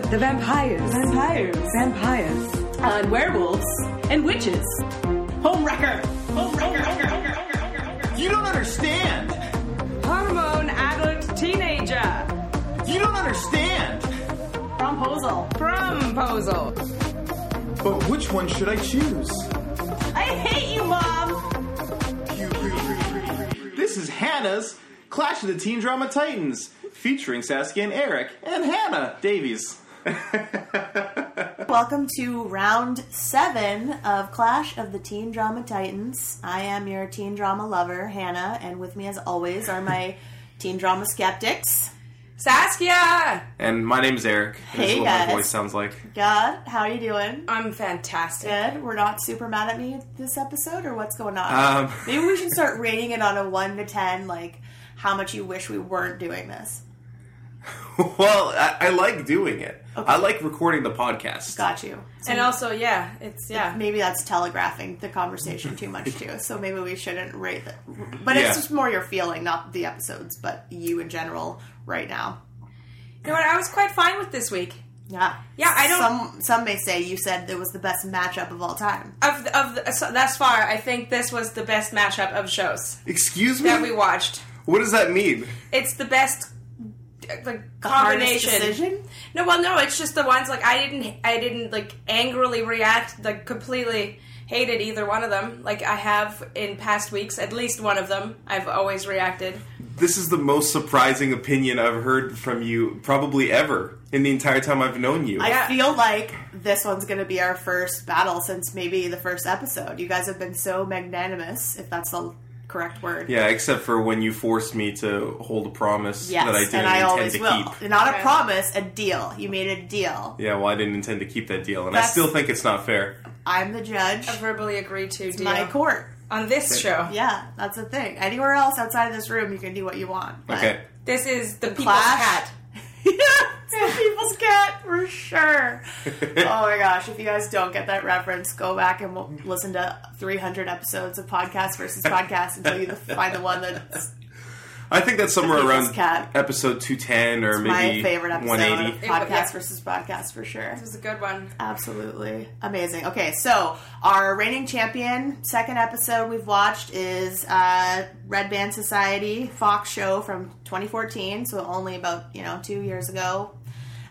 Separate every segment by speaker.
Speaker 1: vampires,
Speaker 2: Vampires.
Speaker 1: vampires,
Speaker 2: And werewolves. And witches. Homewrecker.
Speaker 3: You don't understand.
Speaker 1: hormone adult teenager,
Speaker 3: You don't understand.
Speaker 2: Promposal.
Speaker 1: promposal,
Speaker 3: But which one should I choose?
Speaker 2: I hate you, Mom.
Speaker 3: This is Hannah's Clash of the Teen Drama Titans, featuring Saskia and Eric and Hannah Davies.
Speaker 4: Welcome to round seven of Clash of the Teen Drama Titans. I am your teen drama lover, Hannah, and with me, as always, are my teen drama skeptics.
Speaker 1: Saskia.
Speaker 3: And my name's Eric. and this is
Speaker 4: Hey,
Speaker 3: what my
Speaker 4: guys.
Speaker 3: voice sounds like.
Speaker 4: God, how are you doing?
Speaker 1: I'm fantastic.
Speaker 4: Good. We're not super mad at me this episode, or what's going on?
Speaker 3: Um,
Speaker 4: Maybe we should start rating it on a one to ten, like how much you wish we weren't doing this.
Speaker 3: well, I, I like doing it. I like recording the podcast.
Speaker 4: Got you.
Speaker 1: And also, yeah, it's yeah.
Speaker 4: Maybe that's telegraphing the conversation too much too. So maybe we shouldn't rate it. But
Speaker 3: Yeah.
Speaker 4: it's just more your feeling, not the episodes, but you in general right now.
Speaker 1: You know what? I was quite fine with this week.
Speaker 4: Yeah.
Speaker 1: Yeah, I don't-
Speaker 4: Some some may say you said it was the best matchup of all time.
Speaker 1: Of the, of the, so thus far, I think this was the best matchup of shows
Speaker 3: Excuse me?
Speaker 1: that we watched.
Speaker 3: what does that mean?
Speaker 1: It's the best uh, like
Speaker 4: The hardest
Speaker 1: combination.
Speaker 4: decision.
Speaker 1: No, well, no, it's just the ones like I didn't, I didn't like angrily react, like completely hated either one of them. Like I have in past weeks, at least one of them, I've always reacted.
Speaker 3: This is the most surprising opinion I've heard from you probably ever in the entire time I've known you.
Speaker 4: I
Speaker 1: Yeah.
Speaker 4: feel like this one's going to be our first battle since maybe the first episode. You guys have been so magnanimous, if that's the correct word.
Speaker 3: yeah, except for when you forced me to hold a promise
Speaker 4: Yes,
Speaker 3: that I didn't
Speaker 4: and I
Speaker 3: intend
Speaker 4: always
Speaker 3: to
Speaker 4: will.
Speaker 3: keep.
Speaker 4: Not a
Speaker 1: Okay.
Speaker 4: promise, a deal. You made a deal.
Speaker 3: Yeah, well, I didn't intend to keep that deal, and I
Speaker 4: That's-
Speaker 3: still think it's not fair.
Speaker 4: I'm the judge.
Speaker 1: I verbally agreed to deal
Speaker 4: My court.
Speaker 1: on this show.
Speaker 4: Yeah, that's the thing. Anywhere else outside of this room, you can do what you want. but-
Speaker 3: Okay.
Speaker 1: This is the people's
Speaker 4: Clash.
Speaker 1: cat.
Speaker 4: yeah, it's the people's cat for sure. oh my gosh! If you guys don't get that reference, go back and we'll listen to 300 episodes of podcast versus podcast until you find the one that's
Speaker 3: I think that's somewhere
Speaker 4: People's
Speaker 3: around
Speaker 4: cat.
Speaker 3: episode 210 or
Speaker 4: my
Speaker 3: maybe
Speaker 4: favorite episode.
Speaker 3: 180.
Speaker 4: Of podcast
Speaker 1: Yeah.
Speaker 4: versus podcast for sure.
Speaker 1: This is a good one.
Speaker 4: Absolutely amazing. Okay, so our reigning champion, second episode we've watched is uh, Red Band Society Fox show from 2014, so only about you know two years ago.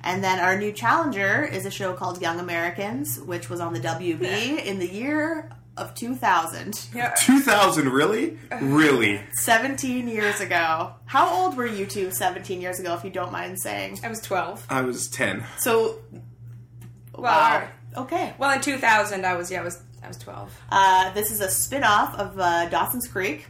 Speaker 4: And then our new challenger is a show called Young Americans, which was on the WB in the year of 2000,
Speaker 1: Yeah.
Speaker 3: 2000, really? Really?
Speaker 4: 17 years ago. How old were you two 17 years ago, if you don't mind saying?
Speaker 1: I was 12.
Speaker 3: I was 10.
Speaker 4: So,
Speaker 1: Well,
Speaker 4: Oh, wow. Okay.
Speaker 1: well, in 2000, I was, yeah, I was, I was 12.
Speaker 4: Uh, this is a spin-off of uh, Dawson's Creek,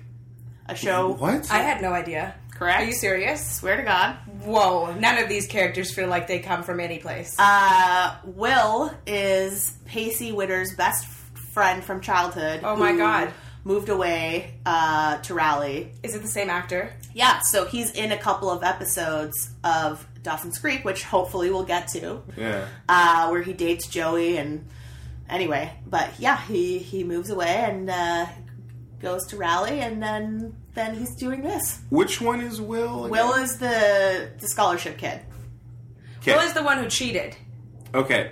Speaker 4: a show.
Speaker 3: What?
Speaker 1: I had no idea.
Speaker 4: Correct.
Speaker 1: Are you serious?
Speaker 4: Swear to God.
Speaker 1: Whoa, none of these characters feel like they come from any place.
Speaker 4: Uh, Will is Pacey Witter's best f- friend from childhood.
Speaker 1: Oh my
Speaker 4: who
Speaker 1: God.
Speaker 4: Moved away uh, to Raleigh.
Speaker 1: is it the same actor?
Speaker 4: Yeah, so he's in a couple of episodes of Dawson's Creek, which hopefully we'll get to,
Speaker 3: yeah.
Speaker 4: uh, where he dates Joey and anyway. But yeah, he he moves away and uh, goes to Raleigh, and then then he's doing this.
Speaker 3: Which one is Will? again?
Speaker 4: Will is the the scholarship kid.
Speaker 3: Okay.
Speaker 1: Will is the one who cheated.
Speaker 3: okay.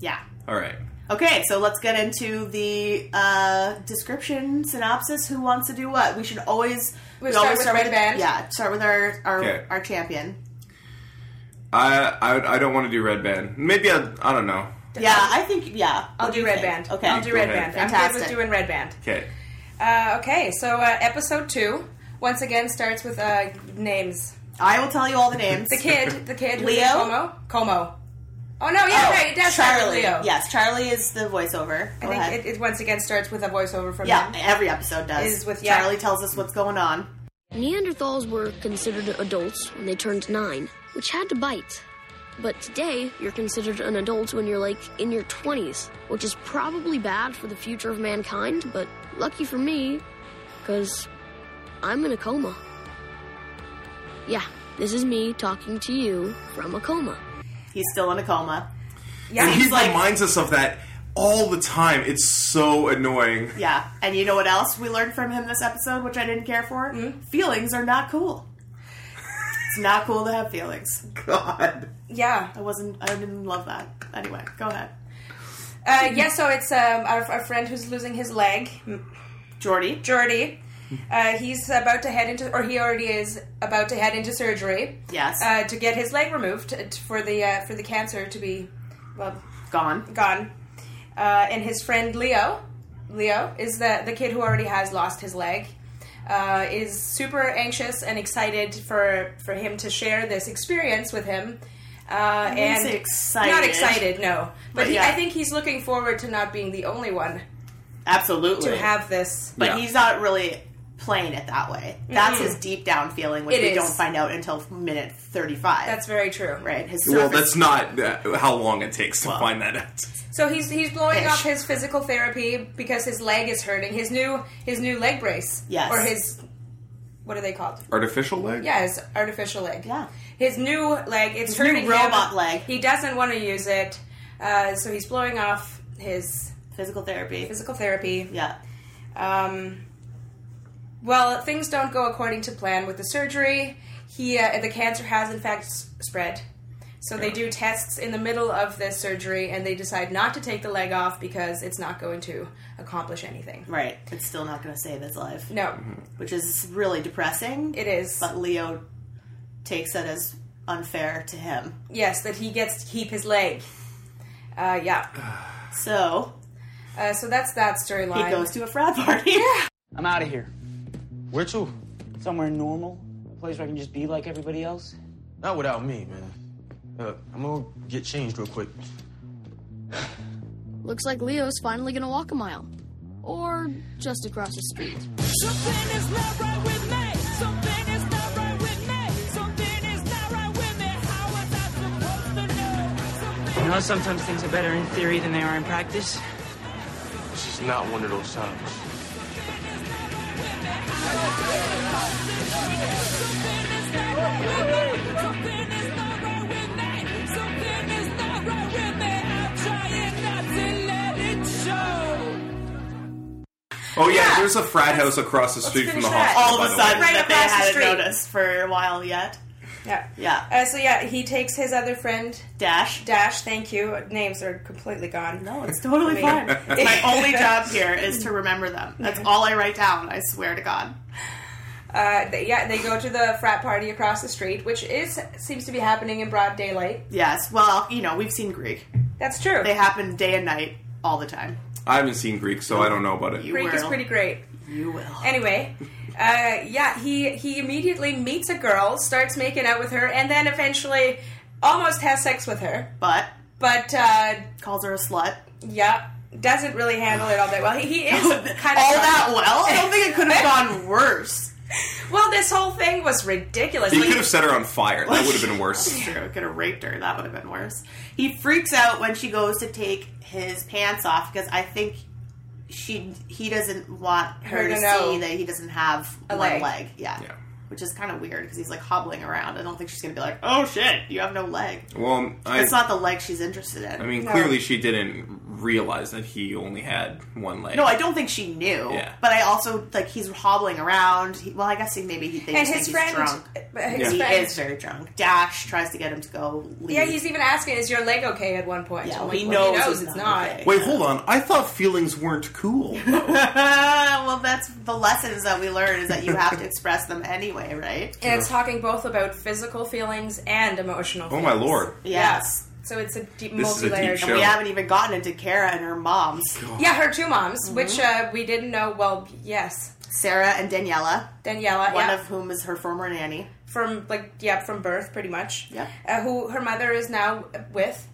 Speaker 4: Yeah.
Speaker 3: All right.
Speaker 4: Okay, so let's get into the uh, description synopsis. Who wants to do what? We should always
Speaker 1: We start
Speaker 4: always
Speaker 1: with Red Band?
Speaker 4: Yeah, start with our our,
Speaker 3: Okay.
Speaker 4: our champion.
Speaker 3: I, I, I don't want to do Red Band. Maybe I, I don't know.
Speaker 4: Yeah, I think yeah.
Speaker 1: I'll
Speaker 4: What
Speaker 1: do
Speaker 4: you
Speaker 1: Red
Speaker 4: think?
Speaker 1: Band.
Speaker 4: Okay,
Speaker 1: I'll do
Speaker 3: Go
Speaker 1: Red
Speaker 3: ahead.
Speaker 1: Band. I'm good with
Speaker 4: Fantastic.
Speaker 1: doing Red Band.
Speaker 3: Okay.
Speaker 1: Uh, okay, so uh, episode two, once again, starts with uh, names.
Speaker 4: I will tell you all the names.
Speaker 1: The kid, the kid, who
Speaker 4: Leo?
Speaker 1: is Como? Como. Oh, no, yeah,
Speaker 4: Oh,
Speaker 1: right, it does start with
Speaker 4: Charlie.
Speaker 1: Leo.
Speaker 4: Yes, Charlie is the voiceover.
Speaker 1: I
Speaker 4: Go
Speaker 1: think
Speaker 4: ahead.
Speaker 1: it, it once again starts with a voiceover from
Speaker 4: yeah,
Speaker 1: him.
Speaker 4: every episode does.
Speaker 1: Is with- yeah.
Speaker 4: Charlie tells us what's going on.
Speaker 5: Neanderthals were considered adults when they turned nine, which had to bite. But today, you're considered an adult when you're like in your 20s, which is probably bad for the future of mankind, but lucky for me, because I'm in a coma. Yeah, this is me talking to you from a coma.
Speaker 4: He's still in a coma.
Speaker 1: Yeah,
Speaker 3: he
Speaker 1: he's like,
Speaker 3: reminds us of that all the time. It's so annoying.
Speaker 4: Yeah, and you know what
Speaker 3: Hmm?
Speaker 4: else we learned from him this episode, which I didn't care for? Feelings are not cool. It's It's not cool to have feelings.
Speaker 3: God.
Speaker 1: Yeah.
Speaker 4: I wasn't. I didn't love that. Anyway, go ahead.
Speaker 1: Uh, yeah, so it's um, our, our friend who's losing his leg,
Speaker 4: Jordy.
Speaker 1: Jordy. Uh, he's about to head into, or he already is about to head into surgery
Speaker 4: Yes.
Speaker 1: uh, to get his leg removed t- t- for the uh, for the cancer to be well
Speaker 4: Gone.
Speaker 1: gone. Uh, and his friend Leo, Leo is the the kid who already has lost his leg, uh, is super anxious and excited for for him to share this experience with him. Uh,
Speaker 4: wouldn't
Speaker 1: and
Speaker 4: say excited.
Speaker 1: not excited, no. But he,
Speaker 4: yeah.
Speaker 1: I think he's looking forward to not being the only one
Speaker 4: Absolutely.
Speaker 1: to have this.
Speaker 4: but
Speaker 3: Yeah.
Speaker 4: he's not really playing it that way. That's his deep down feeling, which
Speaker 1: It
Speaker 4: we
Speaker 1: is.
Speaker 4: don't find out until minute thirty-five.
Speaker 1: That's very true.
Speaker 4: right. His
Speaker 3: Well,
Speaker 4: surface-
Speaker 3: that's not uh, how long it takes to find that out.
Speaker 1: So he's he's blowing
Speaker 4: Ish.
Speaker 1: off his physical therapy because his leg is hurting. His new his new leg brace.
Speaker 4: Yes.
Speaker 1: Or his what are they called?
Speaker 3: Artificial leg?
Speaker 1: Yeah, his artificial leg.
Speaker 4: Yeah.
Speaker 1: His new leg. It's
Speaker 4: new
Speaker 1: hurting him.
Speaker 4: robot leg.
Speaker 1: He doesn't want to use it, uh, so he's blowing off his
Speaker 4: physical therapy.
Speaker 1: physical therapy.
Speaker 4: yeah.
Speaker 1: Um, well, things don't go according to plan with the surgery. He uh, the cancer has in fact s- spread. So they do tests in the middle of this surgery, and they decide not to take the leg off because it's not going to accomplish anything.
Speaker 4: Right. It's still not going to save his life,
Speaker 1: No,
Speaker 4: which is really depressing.
Speaker 1: it is
Speaker 4: Mm-hmm. but Leo takes it as unfair to him.
Speaker 1: yes that he gets to keep his leg. Uh, yeah.
Speaker 4: So
Speaker 1: Uh, so that's that
Speaker 4: he
Speaker 1: storyline.
Speaker 4: goes to a frat party.
Speaker 6: I'm out of here.
Speaker 7: Where to?
Speaker 6: Somewhere normal, a place where I can just be like everybody else.
Speaker 7: Not without me, man. Look, I'm gonna get changed real quick.
Speaker 5: Looks like Leo's finally gonna walk a mile. Or just across the street.
Speaker 8: Something is not right with me. Something is not right with me. Something is not right with me. How was I supposed to know? Something
Speaker 6: You know, sometimes things are better in theory than they are in practice.
Speaker 7: This is not one of those times.
Speaker 8: is not right with me. Something is not right with me. Something is not right with me. I'm trying not to let it show.
Speaker 3: Oh, yeah, there's a frat house across the street from
Speaker 1: finish
Speaker 3: the
Speaker 1: that.
Speaker 3: hospital.
Speaker 4: All of
Speaker 3: by
Speaker 4: a
Speaker 3: the
Speaker 4: sudden,
Speaker 3: way.
Speaker 1: Right
Speaker 4: that they
Speaker 1: across the
Speaker 4: hadn't
Speaker 1: street.
Speaker 4: noticed for a while yet.
Speaker 1: Yeah.
Speaker 4: Yeah.
Speaker 1: Uh, so yeah, he takes his other friend
Speaker 4: Dash.
Speaker 1: Dash. Thank you. Names are completely gone.
Speaker 4: No, it's totally fine. It's my only job here is to remember them. That's all I write down. I swear to God.
Speaker 1: Uh, they, yeah, they go to the frat party across the street, which is seems to be happening in broad daylight.
Speaker 4: Yes. Well, you know, we've seen Greek.
Speaker 1: That's true.
Speaker 4: They happen day and night all the time.
Speaker 3: I haven't seen Greek, so I don't know about it.
Speaker 4: You
Speaker 1: Freak
Speaker 4: will.
Speaker 1: is pretty great.
Speaker 4: You will.
Speaker 1: Anyway, uh, yeah, he he immediately meets a girl, starts making out with her, and then eventually almost has sex with her.
Speaker 4: But
Speaker 1: But uh,
Speaker 4: calls her a slut.
Speaker 1: yeah, doesn't really handle it all that well. He, he is
Speaker 4: all
Speaker 1: kind of
Speaker 4: that well? I don't think it could have gone worse.
Speaker 1: Well, this whole thing was ridiculous.
Speaker 3: He
Speaker 1: Like,
Speaker 3: could have set her on fire. That would have been worse.
Speaker 4: It's true. Could have raped her. That would have been worse. He freaks out when she goes to take his pants off because I think she he doesn't want her,
Speaker 1: Her
Speaker 4: to
Speaker 1: to
Speaker 4: see
Speaker 1: know.
Speaker 4: that he doesn't have
Speaker 1: A
Speaker 4: one leg.
Speaker 1: leg.
Speaker 4: Yeah.
Speaker 3: Yeah.
Speaker 4: Which is kind of weird because he's like hobbling around. I don't think she's gonna be like, "Oh shit, you have no leg."
Speaker 3: Well, I,
Speaker 4: That's not the leg she's interested in.
Speaker 3: I mean,
Speaker 1: No.
Speaker 3: clearly she didn't realize that he only had one leg.
Speaker 4: no, I don't think she knew.
Speaker 3: Yeah.
Speaker 4: But I also like he's hobbling around. He, well, I guess he maybe he thinks
Speaker 1: and his
Speaker 4: he's
Speaker 1: friend,
Speaker 4: drunk.
Speaker 1: uh, his
Speaker 3: Yeah.
Speaker 4: He
Speaker 1: friend,
Speaker 4: is very drunk. Dash tries to get him to go. Leave.
Speaker 1: Yeah, he's even asking, "Is your leg okay?" At one point,
Speaker 4: Yeah,
Speaker 1: I'm
Speaker 4: well,
Speaker 1: like,
Speaker 4: he
Speaker 1: well,
Speaker 4: knows,
Speaker 1: it's not.
Speaker 4: okay.
Speaker 3: Wait, hold on. I thought feelings weren't cool.
Speaker 4: well, that's the lessons that we learn is that you have to express them anyway, right?
Speaker 1: And it's talking both about physical feelings and emotional.
Speaker 3: Oh
Speaker 1: feelings.
Speaker 3: my lord.
Speaker 1: Yes. So it's a deep,
Speaker 3: This is a deep
Speaker 1: multi-layered.
Speaker 3: show.
Speaker 4: We haven't even gotten into Kara and her moms,
Speaker 1: Yeah, her two moms,
Speaker 4: Mm-hmm.
Speaker 1: which uh, we didn't know. Well, yes,
Speaker 4: Sarah and Daniela,
Speaker 1: Daniela,
Speaker 4: one
Speaker 1: yeah,
Speaker 4: of whom is her former nanny.
Speaker 1: from like yeah, from birth, pretty much.
Speaker 4: Yeah.
Speaker 1: Uh, who her mother is now with.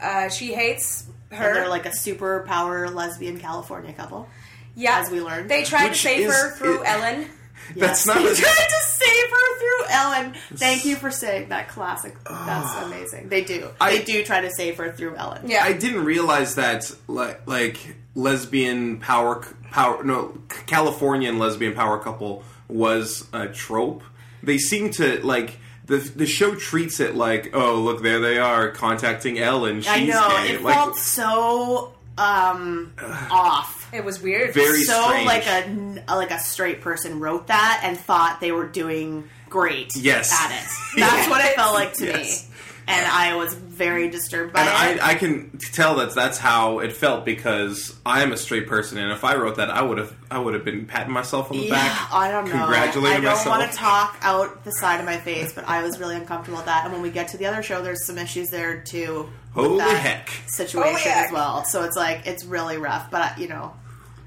Speaker 1: Uh, she hates
Speaker 4: And
Speaker 1: her.
Speaker 4: they're like a super power lesbian California couple.
Speaker 1: yeah,
Speaker 4: as we learned.
Speaker 1: they try to
Speaker 3: Which
Speaker 1: save her
Speaker 3: is-
Speaker 1: through
Speaker 3: it-
Speaker 1: Ellen.
Speaker 3: That's
Speaker 4: Yes.
Speaker 3: not
Speaker 4: They
Speaker 3: a-
Speaker 4: tried to save her through Ellen. Thank you for saying that classic. That's amazing. They do.
Speaker 3: Ah. I-
Speaker 4: they do try to save her through Ellen.
Speaker 1: Yeah,
Speaker 3: I didn't realize that like like lesbian power power no Californian lesbian power couple was a trope. They seem to like the the show treats it like oh look there they are contacting Ellen she's
Speaker 4: I know
Speaker 3: gay.
Speaker 4: it
Speaker 3: like
Speaker 4: felt so um off.
Speaker 1: It was weird.
Speaker 3: Very
Speaker 4: so
Speaker 3: strange.
Speaker 4: like a like a straight person wrote that and thought they were doing great
Speaker 3: Yes.
Speaker 4: at it. That's what it felt like to
Speaker 3: Yes.
Speaker 4: me. And I was very disturbed by
Speaker 3: And
Speaker 4: it.
Speaker 3: I, I can tell that that's how it felt because I am a straight person, and if I wrote that, I would have I would have been patting myself on the
Speaker 4: yeah,
Speaker 3: back.
Speaker 4: I don't know.
Speaker 3: Congratulating
Speaker 4: I don't
Speaker 3: myself.
Speaker 4: want to talk out the side of my face, but I was really uncomfortable with that. And when we get to the other show, there's some issues there too. with
Speaker 3: Holy
Speaker 4: that
Speaker 3: heck.
Speaker 4: Situation
Speaker 1: Holy heck.
Speaker 4: as well. So it's like it's really rough. But I- you know,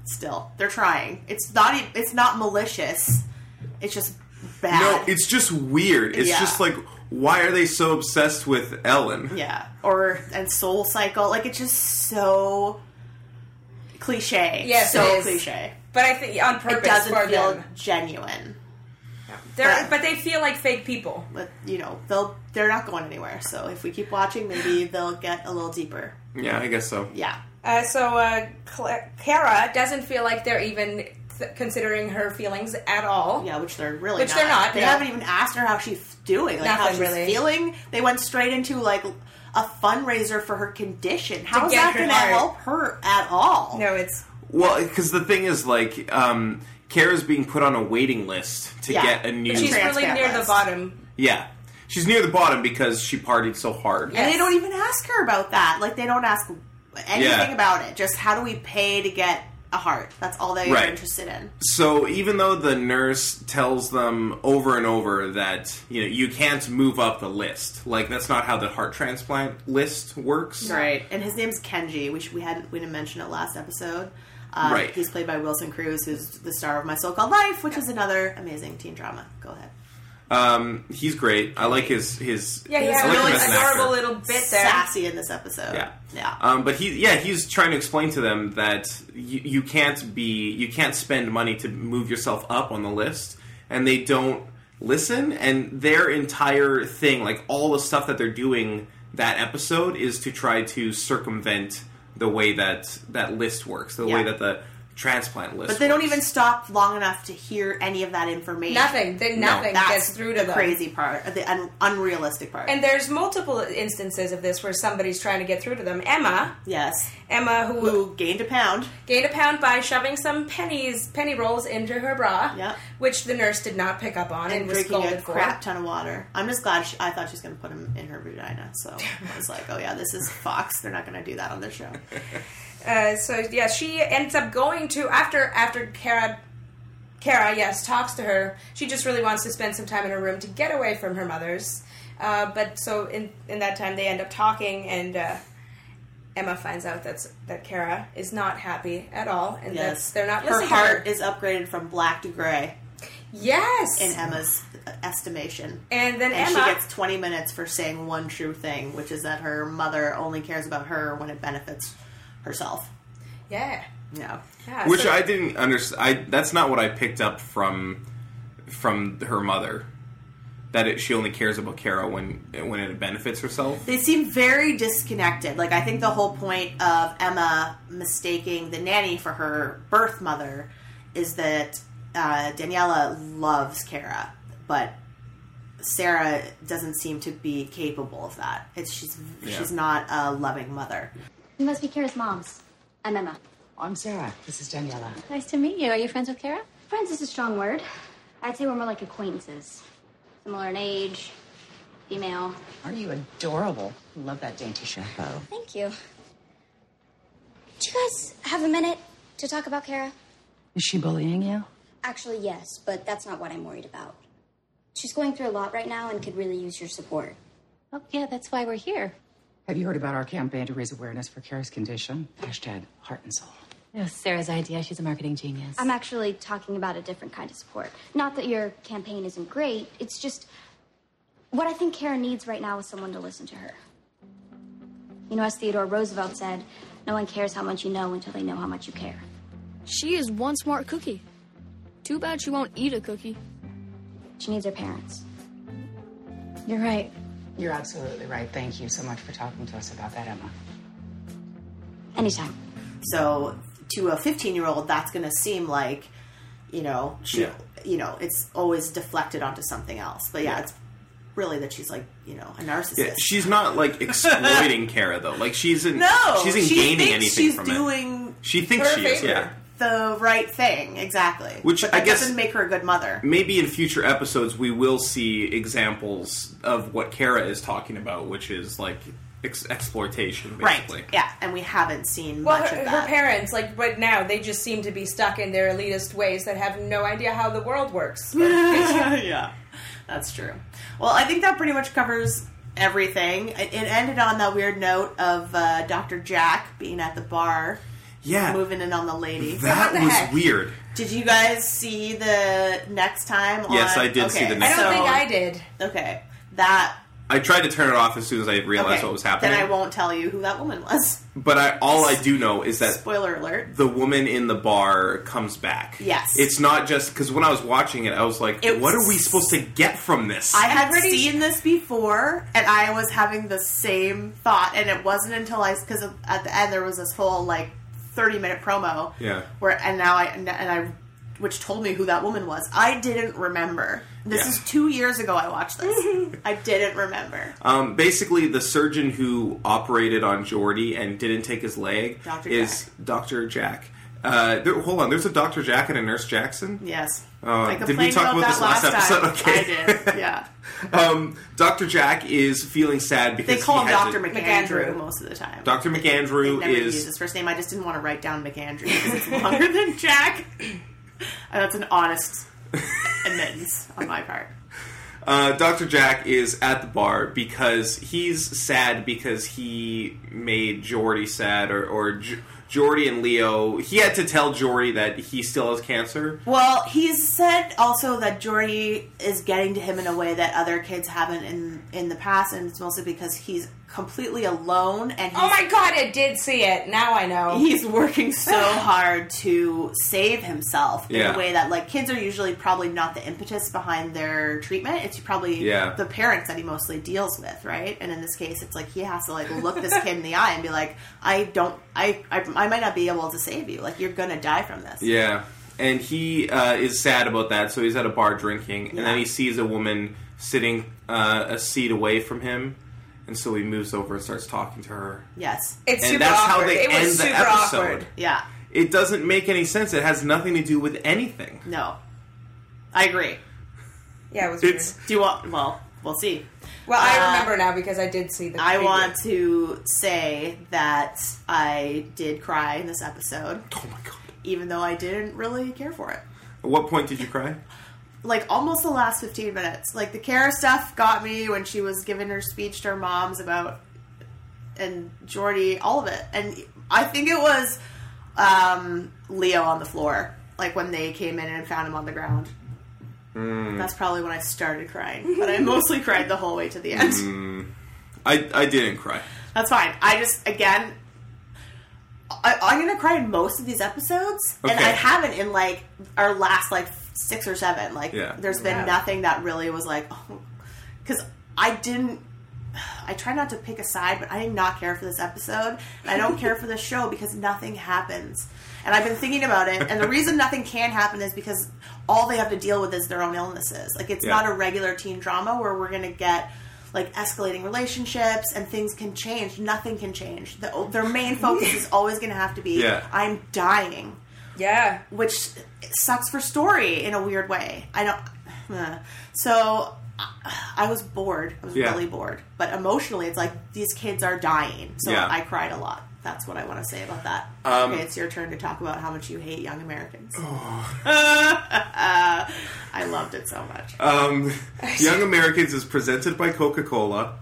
Speaker 4: still they're trying. It's not. e- It's not malicious. It's just bad.
Speaker 3: No, it's just weird. It's
Speaker 4: Yeah.
Speaker 3: just like why are they so obsessed with Ellen?
Speaker 4: Yeah. Or and Soul Cycle. Like it's just so cliche.
Speaker 1: Yes,
Speaker 4: so
Speaker 1: it is.
Speaker 4: cliche.
Speaker 1: But I think on
Speaker 4: It
Speaker 1: purpose
Speaker 4: doesn't
Speaker 1: for
Speaker 4: feel
Speaker 1: them.
Speaker 4: genuine.
Speaker 1: They're, but they feel like fake people.
Speaker 4: But you know, they'll they're not going anywhere. So if we keep watching, maybe they'll get a little deeper.
Speaker 3: Yeah, I guess so.
Speaker 4: Yeah.
Speaker 1: Uh, so uh, Cla- Kara doesn't feel like they're even th- considering her feelings at all.
Speaker 4: Yeah, which they're really
Speaker 1: Which
Speaker 4: not.
Speaker 1: they're not,
Speaker 4: They
Speaker 1: no.
Speaker 4: haven't even asked her how she's doing, like how
Speaker 1: Nothing,
Speaker 4: she's
Speaker 1: really.
Speaker 4: feeling. They went straight into like a fundraiser for her condition. How's
Speaker 1: get
Speaker 4: that
Speaker 1: her
Speaker 4: going to
Speaker 1: art.
Speaker 4: help her at all?
Speaker 1: No, it's
Speaker 3: Well, because the thing is, like, um, Kara's being put on a waiting list to
Speaker 4: Yeah.
Speaker 3: get a new.
Speaker 1: she's really
Speaker 4: transparent
Speaker 1: near the
Speaker 4: list.
Speaker 1: bottom.
Speaker 3: yeah, she's near the bottom because she partied so hard.
Speaker 1: Yeah.
Speaker 4: And they don't even ask her about that. Like they don't ask anything
Speaker 3: Yeah.
Speaker 4: about it. Just how do we pay to get a heart? That's all they're
Speaker 3: Right.
Speaker 4: interested in.
Speaker 3: So even though the nurse tells them over and over that you know you can't move up the list, like that's not how the heart transplant list works.
Speaker 4: Right. And his name's Kenji. We should, we had we didn't mention it last episode. Um,
Speaker 3: Right.
Speaker 4: He's played by Wilson Cruz, who's the star of My So Called Life, which is another amazing teen drama. Go ahead.
Speaker 3: Um, he's great. I like his his.
Speaker 1: Yeah, he
Speaker 3: I
Speaker 1: had a
Speaker 3: like
Speaker 1: really
Speaker 3: him as an actor.
Speaker 1: adorable little bit there.
Speaker 4: Sassy in this episode.
Speaker 3: Yeah.
Speaker 4: Yeah.
Speaker 3: Um, but he, yeah, he's trying to explain to them that you, you can't be, you can't spend money to move yourself up on the list, and they don't listen. And their entire thing, like all the stuff that they're doing that episode, is to try to circumvent the way that that list works, the way
Speaker 4: Yeah.
Speaker 3: that the transplant list.
Speaker 4: but they don't
Speaker 3: works.
Speaker 4: even stop long enough to hear any of that information.
Speaker 1: Nothing. Then
Speaker 3: No,
Speaker 1: nothing
Speaker 4: That's
Speaker 1: gets through to
Speaker 4: the
Speaker 1: them.
Speaker 4: crazy part, the un- unrealistic part.
Speaker 1: And there's multiple instances of this where somebody's trying to get through to them. Emma,
Speaker 4: yes,
Speaker 1: Emma, who,
Speaker 4: who gained a pound?
Speaker 1: gained a pound by shoving some pennies, penny rolls into her bra,
Speaker 4: Yep.
Speaker 1: which the nurse did not pick up on and,
Speaker 4: and
Speaker 1: was
Speaker 4: drinking a
Speaker 1: scolded for.
Speaker 4: crap ton of water. I'm just glad she, I thought she was going to put him in her vagina. So I was like, oh yeah, this is Fox. They're not going to do that on their show.
Speaker 1: Uh, so yeah, she ends up going to after after Kara. Kara, yes, talks to her. She just really wants to spend some time in her room to get away from her mother's. Uh, but so in in that time, they end up talking, and uh, Emma finds out that's that Kara is not happy at all, and that's they're not
Speaker 4: Her
Speaker 1: listening to her.
Speaker 4: heart is upgraded from black to gray
Speaker 1: yes,
Speaker 4: in Emma's estimation.
Speaker 1: and then
Speaker 4: And
Speaker 1: Emma
Speaker 4: she gets 20 minutes for saying one true thing, which is that her mother only cares about her when it benefits herself.
Speaker 1: yeah,
Speaker 4: Yeah.
Speaker 1: yeah
Speaker 3: Which
Speaker 1: so-
Speaker 3: I didn't understand. I that's not what I picked up from from her mother. That it, she only cares about Kara when when it benefits herself.
Speaker 4: They seem very disconnected. Like I think the whole point of Emma mistaking the nanny for her birth mother is that uh, Daniela loves Kara, but Sarah doesn't seem to be capable of that. It's she's she's not a loving mother.
Speaker 9: You must be Kara's moms. I'm Emma.
Speaker 6: I'm Sarah. This is Daniela.
Speaker 9: Nice to meet you. Are you friends with Kara? Friends is a strong word. I'd say we're more like acquaintances. Similar in age, female.
Speaker 6: Aren't you adorable? Love that dainty chapeau.
Speaker 9: Thank you. Do you guys have a minute to talk about Kara?
Speaker 6: Is she bullying you?
Speaker 9: Actually, yes, but that's not what I'm worried about. She's going through a lot right now and could really use your support.
Speaker 10: Well, yeah, that's why we're here.
Speaker 6: Have you heard about our campaign to raise awareness for Kara's condition? Hashtag heart and soul.
Speaker 10: It was Sarah's idea. She's a marketing genius.
Speaker 9: I'm actually talking about a different kind of support. Not that your campaign isn't great, it's just what I think Kara needs right now is someone to listen to her. You know, as Theodore Roosevelt said, no one cares how much you know until they know how much you care.
Speaker 5: She is one smart cookie. Too bad she won't eat a cookie.
Speaker 9: She needs her parents.
Speaker 10: You're right.
Speaker 6: You're absolutely right. Thank you so much for talking to us about that, Emma.
Speaker 9: Anytime.
Speaker 4: So to a 15 year old, that's going to seem like you know she,
Speaker 3: Yeah.
Speaker 4: you know it's always deflected onto something else. But yeah, it's really that she's like you know a narcissist.
Speaker 3: Yeah, she's not like exploiting Kara though. Like she's in,
Speaker 4: No,
Speaker 3: she's in
Speaker 4: she
Speaker 3: gaining
Speaker 4: thinks
Speaker 3: anything
Speaker 4: she's
Speaker 3: from
Speaker 4: doing
Speaker 3: it. She thinks
Speaker 4: her
Speaker 3: she is.
Speaker 4: favor.
Speaker 3: Yeah.
Speaker 4: The right thing, exactly.
Speaker 3: Which
Speaker 4: but
Speaker 3: I
Speaker 4: that
Speaker 3: guess-
Speaker 4: doesn't make her a good mother.
Speaker 3: Maybe in future episodes we will see examples of what Kara is talking about, which is like ex- exploitation, basically.
Speaker 4: Right? Yeah, and we haven't seen
Speaker 1: Well,
Speaker 4: much
Speaker 1: her,
Speaker 4: of
Speaker 1: her
Speaker 4: that.
Speaker 1: parents, like right now, they just seem to be stuck in their elitist ways that have no idea how the world works.
Speaker 4: yeah, that's true. Well, I think that pretty much covers everything. It, it ended on that weird note of uh, Dr. Jack being at the bar.
Speaker 3: Yeah.
Speaker 4: Moving in on the lady.
Speaker 3: That was weird.
Speaker 4: Did you guys see the next time?
Speaker 3: Yes,
Speaker 4: on-
Speaker 3: I did see
Speaker 4: okay,
Speaker 3: the next I don't time. think I
Speaker 1: did.
Speaker 4: Okay. That.
Speaker 3: I tried to turn it off as soon as I realized
Speaker 4: okay.
Speaker 3: what was happening.
Speaker 4: Then I won't tell you who that woman was.
Speaker 3: But I, all I do know is that
Speaker 4: Spoiler alert.
Speaker 3: the woman in the bar comes back.
Speaker 4: Yes.
Speaker 3: It's not just because when I was watching it, I was like,
Speaker 4: It
Speaker 3: "What
Speaker 4: was-
Speaker 3: are we supposed to get from this?"
Speaker 4: I had seen this before, and I was having the same thought, and it wasn't until I because at the end there was this whole like thirty minute promo
Speaker 3: Yeah.
Speaker 4: where and now I and I which told me who that woman was. I didn't remember. This
Speaker 3: Yeah.
Speaker 4: is two years ago. I watched this. I didn't remember.
Speaker 3: Um, basically, the surgeon who operated on Jordy and didn't take his leg
Speaker 4: Dr.
Speaker 3: is Doctor Jack. Uh, there, hold on, there's a Doctor Jack and a Nurse Jackson.
Speaker 4: Yes.
Speaker 3: Uh,
Speaker 4: I
Speaker 3: did we
Speaker 4: complained
Speaker 3: talk about
Speaker 4: that
Speaker 3: this last
Speaker 4: time.
Speaker 3: episode? Okay.
Speaker 4: I did. Yeah.
Speaker 3: Um, Doctor Jack is feeling sad because
Speaker 4: They call
Speaker 3: he
Speaker 4: him
Speaker 3: has
Speaker 4: Dr.
Speaker 3: a-
Speaker 4: McAndrew most of the time.
Speaker 3: Dr.
Speaker 4: I
Speaker 3: McAndrew
Speaker 4: never use
Speaker 3: is
Speaker 4: his first name. I just didn't want to write down McAndrew because it's longer than Jack. And that's an honest admittance on my part.
Speaker 3: uh, Dr. Jack is at the bar because he's sad because he made Jordy sad or, or J- Jordy and Leo. He had to tell Jordy that he still has cancer.
Speaker 4: Well, he's said also that Jordy is getting to him in a way that other kids haven't in in the past, and it's mostly because he's completely alone and he's
Speaker 1: oh my god, I did see it. Now I know.
Speaker 4: he's working so hard to save himself in
Speaker 3: Yeah.
Speaker 4: a way that like kids are usually probably not the impetus behind their treatment it's probably
Speaker 3: Yeah.
Speaker 4: the parents that he mostly deals with right and in this case it's like he has to like look this kid in the eye and be like i don't I, I i might not be able to save you like you're gonna die from this
Speaker 3: Yeah, and he uh, is sad about that, so he's at a bar drinking, and then he sees a woman sitting uh, a seat away from him, and so he moves over and starts talking to her.
Speaker 4: yes
Speaker 3: It's And super that's how awkward. they It was end the super episode. awkward.
Speaker 4: yeah
Speaker 3: It doesn't make any sense. It has nothing to do with anything.
Speaker 4: no i agree
Speaker 1: yeah, it was
Speaker 3: It's-
Speaker 4: do you want well we'll see
Speaker 1: weird. Well, I
Speaker 4: Uh,
Speaker 1: remember now because I did see the.
Speaker 4: I
Speaker 1: preview.
Speaker 4: want to say that I did cry in this episode. Oh
Speaker 3: my god.
Speaker 4: Even though I didn't really care for it.
Speaker 3: At what point did you cry?
Speaker 4: Like almost the last 15 minutes. Like the Kara stuff got me when she was giving her speech to her mom's about and Jordy, all of it. And I think it was um, Leo on the floor. Like when they came in and found him on the ground.
Speaker 3: Hmm.
Speaker 4: That's probably when I started crying. But I mostly cried the whole way to the end.
Speaker 3: Mm, I I didn't cry.
Speaker 4: That's fine. I just again, I, I'm gonna cry in most of these episodes, and
Speaker 3: Okay.
Speaker 4: I haven't in like our last like six or seven. Like,
Speaker 3: Yeah.
Speaker 4: there's been
Speaker 3: Yeah.
Speaker 4: nothing that really was like, because I didn't. I try not to pick a side, but I did not care for this episode. And I don't care for this show because nothing happens. And I've been thinking about it, and the reason nothing can happen is because all they have to deal with is their own illnesses. Like it's
Speaker 3: Yeah.
Speaker 4: not a regular teen drama where we're going to get like escalating relationships and things can change. Nothing can change. The, their main focus is always going to have to be
Speaker 3: Yeah.
Speaker 4: I'm dying.
Speaker 1: Yeah,
Speaker 4: which sucks for story in a weird way. I don't. uh. So I- I was bored. I was
Speaker 3: Yeah.
Speaker 4: really bored. But emotionally, it's like these kids are dying. So
Speaker 3: Yeah.
Speaker 4: I cried a lot. That's what I want to say about that.
Speaker 3: Um,
Speaker 4: okay, it's your turn to talk about how much you hate young Americans.
Speaker 3: Oh.
Speaker 4: I loved it so much.
Speaker 3: Um, Young Americans is presented by Coca Cola.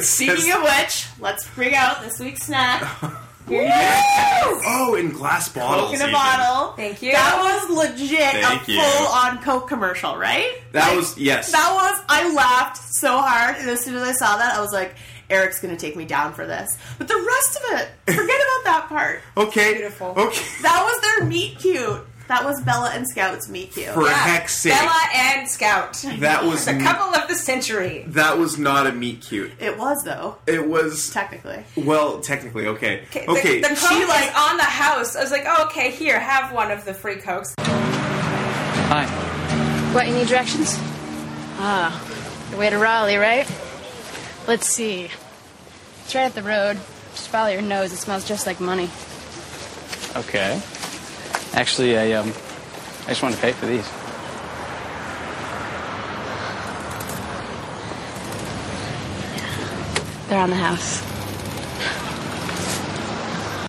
Speaker 4: Speaking of which, let's bring out this week's snack. Here you go.
Speaker 3: oh, in glass bottles.
Speaker 4: Coke in a
Speaker 3: even.
Speaker 4: bottle.
Speaker 1: Thank you.
Speaker 4: That was legit
Speaker 3: Thank
Speaker 4: a
Speaker 3: you.
Speaker 4: full-on Coke commercial, right?
Speaker 3: That was yes.
Speaker 4: That was. I laughed so hard, and as soon as I saw that, I was like, "Eric's going to take me down for this." But the rest of it, forget about that part.
Speaker 3: okay.
Speaker 1: beautiful.
Speaker 3: Okay.
Speaker 4: That was their meet cute. That was Bella and Scout's meet cute.
Speaker 3: For
Speaker 1: Yeah,
Speaker 3: heck's sake.
Speaker 1: Bella and Scout.
Speaker 3: That was
Speaker 1: the
Speaker 3: n-
Speaker 1: couple of the century.
Speaker 3: That was not a meat cute.
Speaker 4: It was though,
Speaker 3: It was
Speaker 4: technically.
Speaker 3: well, technically okay.
Speaker 1: Okay,
Speaker 3: Okay.
Speaker 1: The, the
Speaker 4: She,
Speaker 1: coke
Speaker 4: like-
Speaker 1: like on the house. I was like, oh, okay, here, have one of the free cokes.
Speaker 11: Hi.
Speaker 10: What, any directions? Ah.
Speaker 11: The way to Raleigh, right? Let's see. It's right at the road. Just follow your nose. It smells just like money.
Speaker 12: Okay. Actually, I um, I just want to pay for these.
Speaker 11: They're on the house.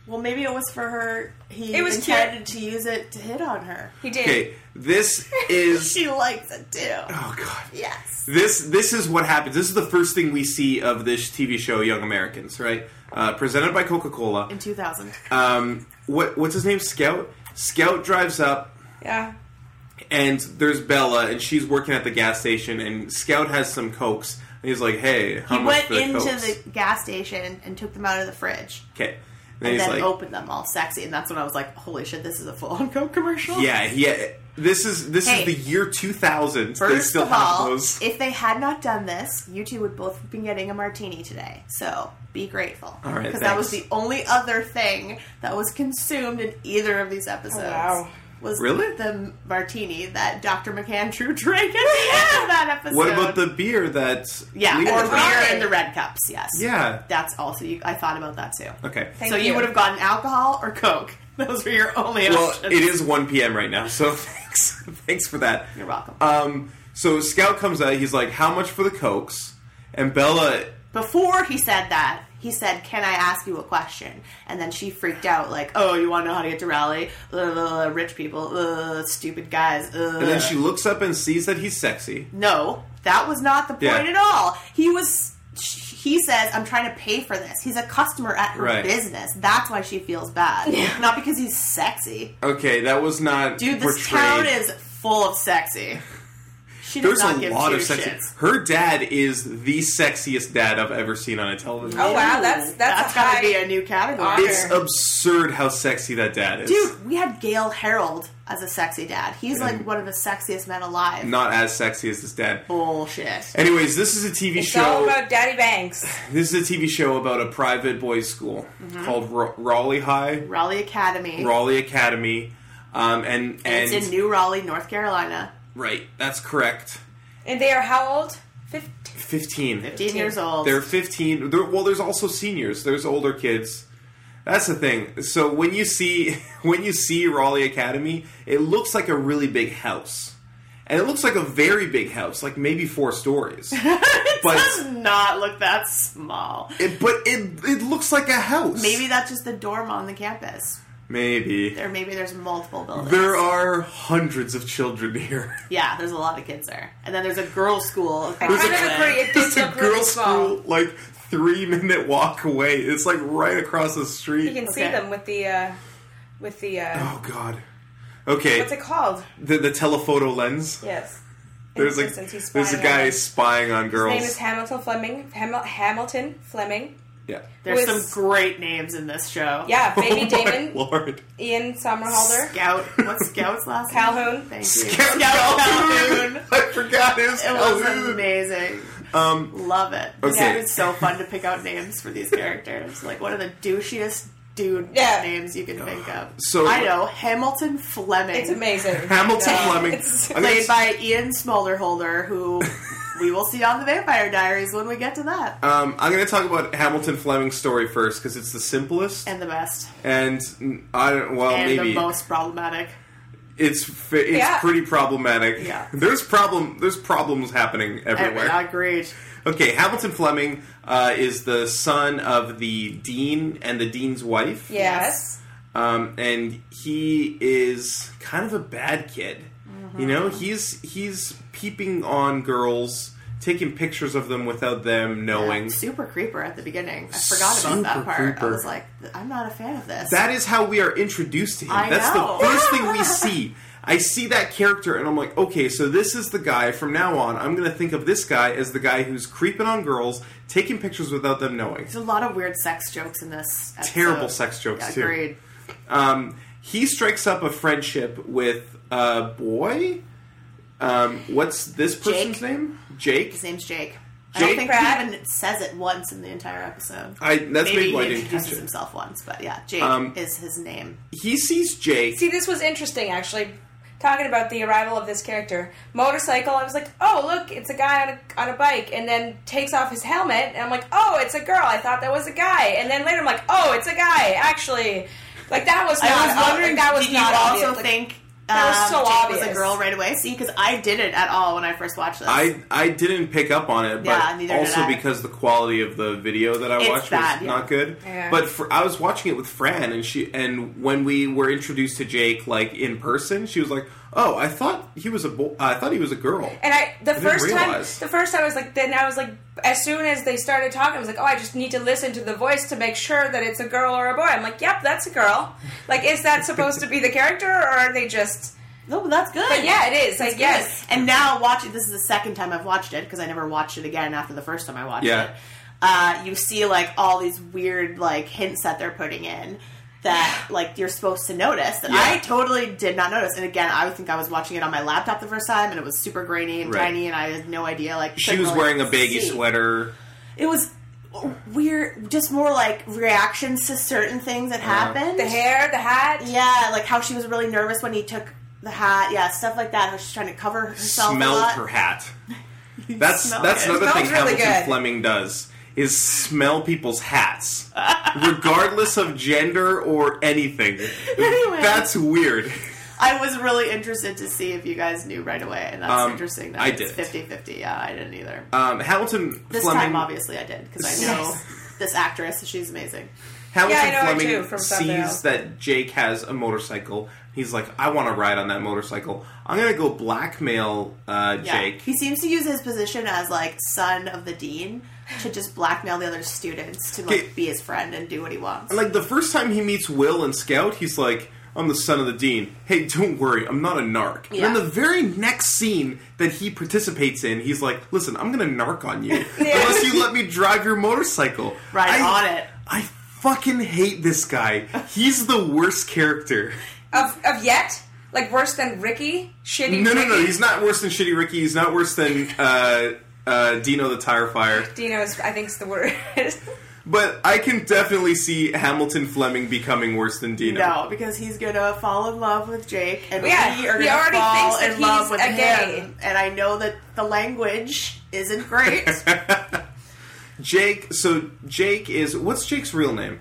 Speaker 4: Well, maybe it was for her. He
Speaker 1: It was cute.
Speaker 4: intended to use it to hit on her.
Speaker 1: He
Speaker 3: Okay, this is
Speaker 4: she likes it too.
Speaker 3: Oh god.
Speaker 4: Yes.
Speaker 3: This this is what happens. This is the first thing we see of this TV show, Young Americans, right? Uh, presented by Coca Cola.
Speaker 4: In 2000.
Speaker 3: Um, what what's his name? Scout. Scout drives up,
Speaker 1: Yeah.
Speaker 3: and there's Bella, and she's working at the gas station, and Scout has some cokes, and he's like, "Hey, how
Speaker 4: He
Speaker 3: much
Speaker 4: went
Speaker 3: for the
Speaker 4: into
Speaker 3: cokes?"
Speaker 4: the gas station and took them out of the fridge.
Speaker 3: okay. And,
Speaker 4: And
Speaker 3: he's
Speaker 4: then
Speaker 3: like,
Speaker 4: opened them all sexy, and that's when I was like, "Holy shit, this is a full-on Coke commercial."
Speaker 3: "Yeah, yeah." This is this
Speaker 4: Hey.
Speaker 3: is the year 2000. they
Speaker 4: First
Speaker 3: still
Speaker 4: of
Speaker 3: have
Speaker 4: all,
Speaker 3: those.
Speaker 4: if they had not done this, you two would both have been getting a martini today. So be grateful.
Speaker 3: All right,
Speaker 4: Because that was the
Speaker 3: thanks.
Speaker 4: only other thing that was consumed in either of these episodes.
Speaker 3: wow.
Speaker 4: Was
Speaker 3: Really?
Speaker 4: the martini that Dr. McAndrew drank at the end of that episode?
Speaker 3: What about the beer that?
Speaker 4: yeah,
Speaker 3: Lena
Speaker 4: or
Speaker 3: drank?
Speaker 4: beer in the red cups? Yes.
Speaker 3: Yeah.
Speaker 4: that's also. You, I thought about that too.
Speaker 3: Okay.
Speaker 4: so you, would have gotten alcohol or Coke. Those were your only
Speaker 3: well,
Speaker 4: options.
Speaker 3: it is 1 p.m. right now, so thanks, thanks for that. You're
Speaker 4: welcome.
Speaker 3: Um, so Scout comes out. He's like, "How much for the cokes?" And Bella,
Speaker 4: Before he said that, he said, "Can I ask you a question?" And then she freaked out, like, "Oh, you want to know how to get to Raleigh? Uh, rich people, uh, stupid guys." Uh.
Speaker 3: and then she looks up and sees that he's sexy.
Speaker 4: No, that was not the point
Speaker 3: Yeah.
Speaker 4: at all. He was. He says, "I'm trying to pay for this." He's a customer at her
Speaker 3: Right.
Speaker 4: business. That's why she feels bad, not because he's sexy.
Speaker 3: Okay, that was not
Speaker 4: Dude, this
Speaker 3: portrayed.
Speaker 4: town is full of sexy. She
Speaker 3: There's
Speaker 4: does not
Speaker 3: a
Speaker 4: give
Speaker 3: lot
Speaker 4: two
Speaker 3: of sexy.
Speaker 4: shits.
Speaker 3: Her dad is the sexiest dad I've ever seen on a television.
Speaker 1: Oh wow, that's that's,
Speaker 4: That's gotta
Speaker 1: high-
Speaker 4: be a new category.
Speaker 3: It's absurd how sexy that dad is.
Speaker 4: Dude, we had Gail Harold as a sexy dad. He's like
Speaker 3: And-
Speaker 4: one of the sexiest men alive.
Speaker 3: Not as sexy as this dad.
Speaker 4: Bullshit.
Speaker 3: Anyways, this is a TV
Speaker 1: It's
Speaker 3: show.
Speaker 1: all about Daddy Banks.
Speaker 3: This is a TV show about a private boys' school
Speaker 4: Mhm.
Speaker 3: called Ra- Raleigh High,
Speaker 4: Raleigh Academy.
Speaker 3: Raleigh Academy, um, and and
Speaker 4: It's in New Raleigh, North Carolina.
Speaker 3: right, that's correct.
Speaker 1: And they are how old? Fifty.
Speaker 3: Fifteen.
Speaker 4: 15 years old.
Speaker 3: They're fifteen. They're, well, there's also seniors. There's older kids. That's the thing. So when you see when you see Raleigh Academy, it looks like a really big house, and it looks like a very big house, like maybe four stories. but
Speaker 4: Does not look that small.
Speaker 3: it, but it it looks like a house.
Speaker 4: Maybe that's just the dorm on the campus.
Speaker 3: Maybe
Speaker 4: Or maybe there's multiple buildings.
Speaker 3: there are hundreds of children here.
Speaker 4: yeah, there's a lot of kids there. And then there's a girls' school.
Speaker 3: There's a-
Speaker 4: There's a
Speaker 3: girls' school like three minute walk away. It's like right across the street.
Speaker 1: You can see them with the uh, with the uh,
Speaker 3: Oh God. Okay.
Speaker 1: what's it called?
Speaker 3: The the telephoto lens.
Speaker 1: Yes.
Speaker 3: There's like
Speaker 1: Since he's
Speaker 3: there's a
Speaker 1: spying on
Speaker 3: guy
Speaker 1: them.
Speaker 3: spying on girls.
Speaker 1: His name is Hamilton Fleming. Hamil- Hamilton Fleming.
Speaker 3: yeah.
Speaker 4: There's
Speaker 1: with-
Speaker 4: some great names in this show.
Speaker 1: Yeah, Baby
Speaker 4: Oh my
Speaker 1: Damon,
Speaker 3: Lord.
Speaker 1: Ian Somerhalder,
Speaker 4: Scout. What's Scout's last name?
Speaker 1: Calhoun.
Speaker 4: Thank you.
Speaker 1: Scout
Speaker 4: Calhoun.
Speaker 3: I forgot his
Speaker 4: It was amazing.
Speaker 3: Um.
Speaker 4: Love it.
Speaker 3: Okay.
Speaker 4: It's so fun to pick out names for these characters. Like, what are the douchiest dude names you can think of?
Speaker 3: So-
Speaker 4: I know Hamilton Fleming. It's
Speaker 1: amazing.
Speaker 3: Hamilton
Speaker 4: Yeah.
Speaker 3: Fleming.
Speaker 4: It's
Speaker 3: I'm gonna
Speaker 4: played
Speaker 3: s-
Speaker 4: by Ian Smolderholder, who we will see on the Vampire Diaries when we get to that,
Speaker 3: Um, I'm going to talk about Hamilton Fleming's story first because it's the simplest
Speaker 4: and the best,
Speaker 3: and I don't. Well,
Speaker 4: and
Speaker 3: maybe
Speaker 4: the most problematic.
Speaker 3: it's fa- it's
Speaker 4: Yeah.
Speaker 3: pretty problematic.
Speaker 4: Yeah.
Speaker 3: There's problem. There's problems happening everywhere.
Speaker 4: I agreed.
Speaker 3: Okay, Hamilton Fleming uh, is the son of the dean and the dean's wife.
Speaker 1: Yes.
Speaker 3: Um, and he is kind of a bad kid.
Speaker 4: Mm-hmm.
Speaker 3: You know, he's he's peeping on girls, taking pictures of them without them knowing.
Speaker 4: Super creeper at the beginning. I forgot about that
Speaker 3: Super
Speaker 4: part. I
Speaker 3: creeper.
Speaker 4: was like, I'm not a fan of this.
Speaker 3: That is how we are introduced to him.
Speaker 4: I
Speaker 3: That's
Speaker 4: know.
Speaker 3: the first thing we see. I see that character and I'm like, okay, so this is the guy. From now on, I'm going to think of this guy as the guy who's creeping on girls, taking pictures without them knowing.
Speaker 4: There's a lot of weird sex jokes in this. Episode.
Speaker 3: Terrible sex jokes,
Speaker 4: Yeah,
Speaker 3: too.
Speaker 4: Agreed.
Speaker 3: Um, he strikes up a friendship with a boy. Um, what's this person's name? Jake.
Speaker 4: His name's Jake. I
Speaker 3: Jake
Speaker 4: don't think
Speaker 3: Pratt?
Speaker 4: he even says it once in the entire episode.
Speaker 3: I- that's maybe why I
Speaker 4: he
Speaker 3: didn't catch
Speaker 4: introduces
Speaker 3: it.
Speaker 4: himself once, but yeah, Jake
Speaker 3: Um,
Speaker 4: is his name.
Speaker 3: He sees Jake.
Speaker 1: See, this was interesting actually talking about the arrival of this character. Motorcycle, I was like, oh, look, it's a guy on a, on a bike, and then takes off his helmet, and I'm like, oh, it's a girl. I thought that was a guy. And then later I'm like, oh, it's a guy, actually. Like, that was not
Speaker 4: I was wondering.
Speaker 1: that was
Speaker 4: uh, did
Speaker 1: not
Speaker 4: you also
Speaker 1: obvious. Like,
Speaker 4: think
Speaker 1: that was
Speaker 4: um,
Speaker 1: so
Speaker 4: Jake was a
Speaker 1: obvious.
Speaker 4: girl right away? See, because I didn't at all when I first watched this.
Speaker 3: I I didn't pick up on it, but
Speaker 4: Yeah, neither did
Speaker 3: also
Speaker 4: I.
Speaker 3: because the quality of the video that I
Speaker 4: It's
Speaker 3: watched
Speaker 4: bad,
Speaker 3: was
Speaker 4: yeah.
Speaker 3: not good.
Speaker 4: Yeah.
Speaker 3: But for, I was watching it with Fran, and she and when we were introduced to Jake like in person, she was like, "Oh, I thought he was a bo- I thought he was a girl."
Speaker 1: And I the
Speaker 3: I didn't
Speaker 1: first time
Speaker 3: realize.
Speaker 1: the first time I was like then I was like as soon as they started talking I was like oh I just need to listen to the voice to make sure that it's a girl or a boy I'm like yep that's a girl like is that supposed to be the character or are they just
Speaker 4: no that's good
Speaker 1: but yeah it is
Speaker 4: That's
Speaker 1: like yes
Speaker 4: good. And now watching this is the second time I've watched it because I never watched it again after the first time I watched it.
Speaker 3: yeah,
Speaker 4: Uh, you see like all these weird like hints that they're putting in that like you're supposed to notice that I totally did not notice. And again, I think I was watching it on my laptop the first time and it was super grainy and
Speaker 3: Right.
Speaker 4: tiny and I had no idea like
Speaker 3: she
Speaker 4: couldn't
Speaker 3: was
Speaker 4: really
Speaker 3: wearing a baggy
Speaker 4: see.
Speaker 3: sweater.
Speaker 4: It was weird, just more like reactions to certain things that
Speaker 3: Uh,
Speaker 4: happened.
Speaker 1: The hair, the hat.
Speaker 4: Yeah, like how she was really nervous when he took the hat. Yeah, stuff like that. How she's trying to cover herself. a
Speaker 3: smelled
Speaker 4: lot.
Speaker 3: her hat. That's
Speaker 4: smelled
Speaker 3: that's
Speaker 4: it.
Speaker 3: another
Speaker 4: Smells
Speaker 3: thing
Speaker 4: really
Speaker 3: Hamilton
Speaker 4: good.
Speaker 3: Fleming does is smell people's hats, regardless of gender or anything.
Speaker 4: Anyway.
Speaker 3: That's weird.
Speaker 4: I was really interested to see if you guys knew right away, and that's
Speaker 3: Um,
Speaker 4: interesting. That
Speaker 3: I
Speaker 4: it's
Speaker 3: didn't.
Speaker 4: 50-50. Yeah, I didn't either.
Speaker 3: Um, Hamilton
Speaker 4: This
Speaker 3: Fleming,
Speaker 4: time, obviously, I did because I know this actress. She's amazing.
Speaker 3: Hamilton
Speaker 4: Yeah, I know her
Speaker 3: Fleming
Speaker 4: too, from something else.
Speaker 3: sees that Jake has a motorcycle. He's like, I want to ride on that motorcycle. I'm gonna go blackmail uh,
Speaker 4: Yeah.
Speaker 3: Jake.
Speaker 4: He seems to use his position as like son of the dean to just blackmail the other students to
Speaker 3: Okay.
Speaker 4: like be his friend and do what he wants.
Speaker 3: And like the first time he meets Will and Scout, he's like, "I'm the son of the dean. Hey, don't worry, I'm not a narc." And then
Speaker 4: Yeah.
Speaker 3: the very next scene that he participates in, he's like, "Listen, I'm gonna narc on you unless you let me drive your motorcycle."
Speaker 4: Right
Speaker 3: I,
Speaker 4: on it.
Speaker 3: I fucking hate this guy. He's the worst character.
Speaker 1: of of yet like worse than Ricky shitty
Speaker 3: No, no, no.
Speaker 1: Ricky.
Speaker 3: He's not worse than Shitty Ricky. He's not worse than uh, uh, Dino the Tire Fire.
Speaker 1: Dino is I think is the worst
Speaker 3: But I can definitely see Hamilton Fleming becoming worse than Dino.
Speaker 4: No, because he's gonna fall in love with Jake, and
Speaker 1: Yeah,
Speaker 4: we are
Speaker 1: he
Speaker 4: gonna
Speaker 1: already
Speaker 4: fall
Speaker 1: thinks that
Speaker 4: in love
Speaker 1: he's
Speaker 4: with
Speaker 1: a
Speaker 4: him.
Speaker 1: gay.
Speaker 4: And I know that the language isn't great.
Speaker 3: Jake. So Jake is what's Jake's real name?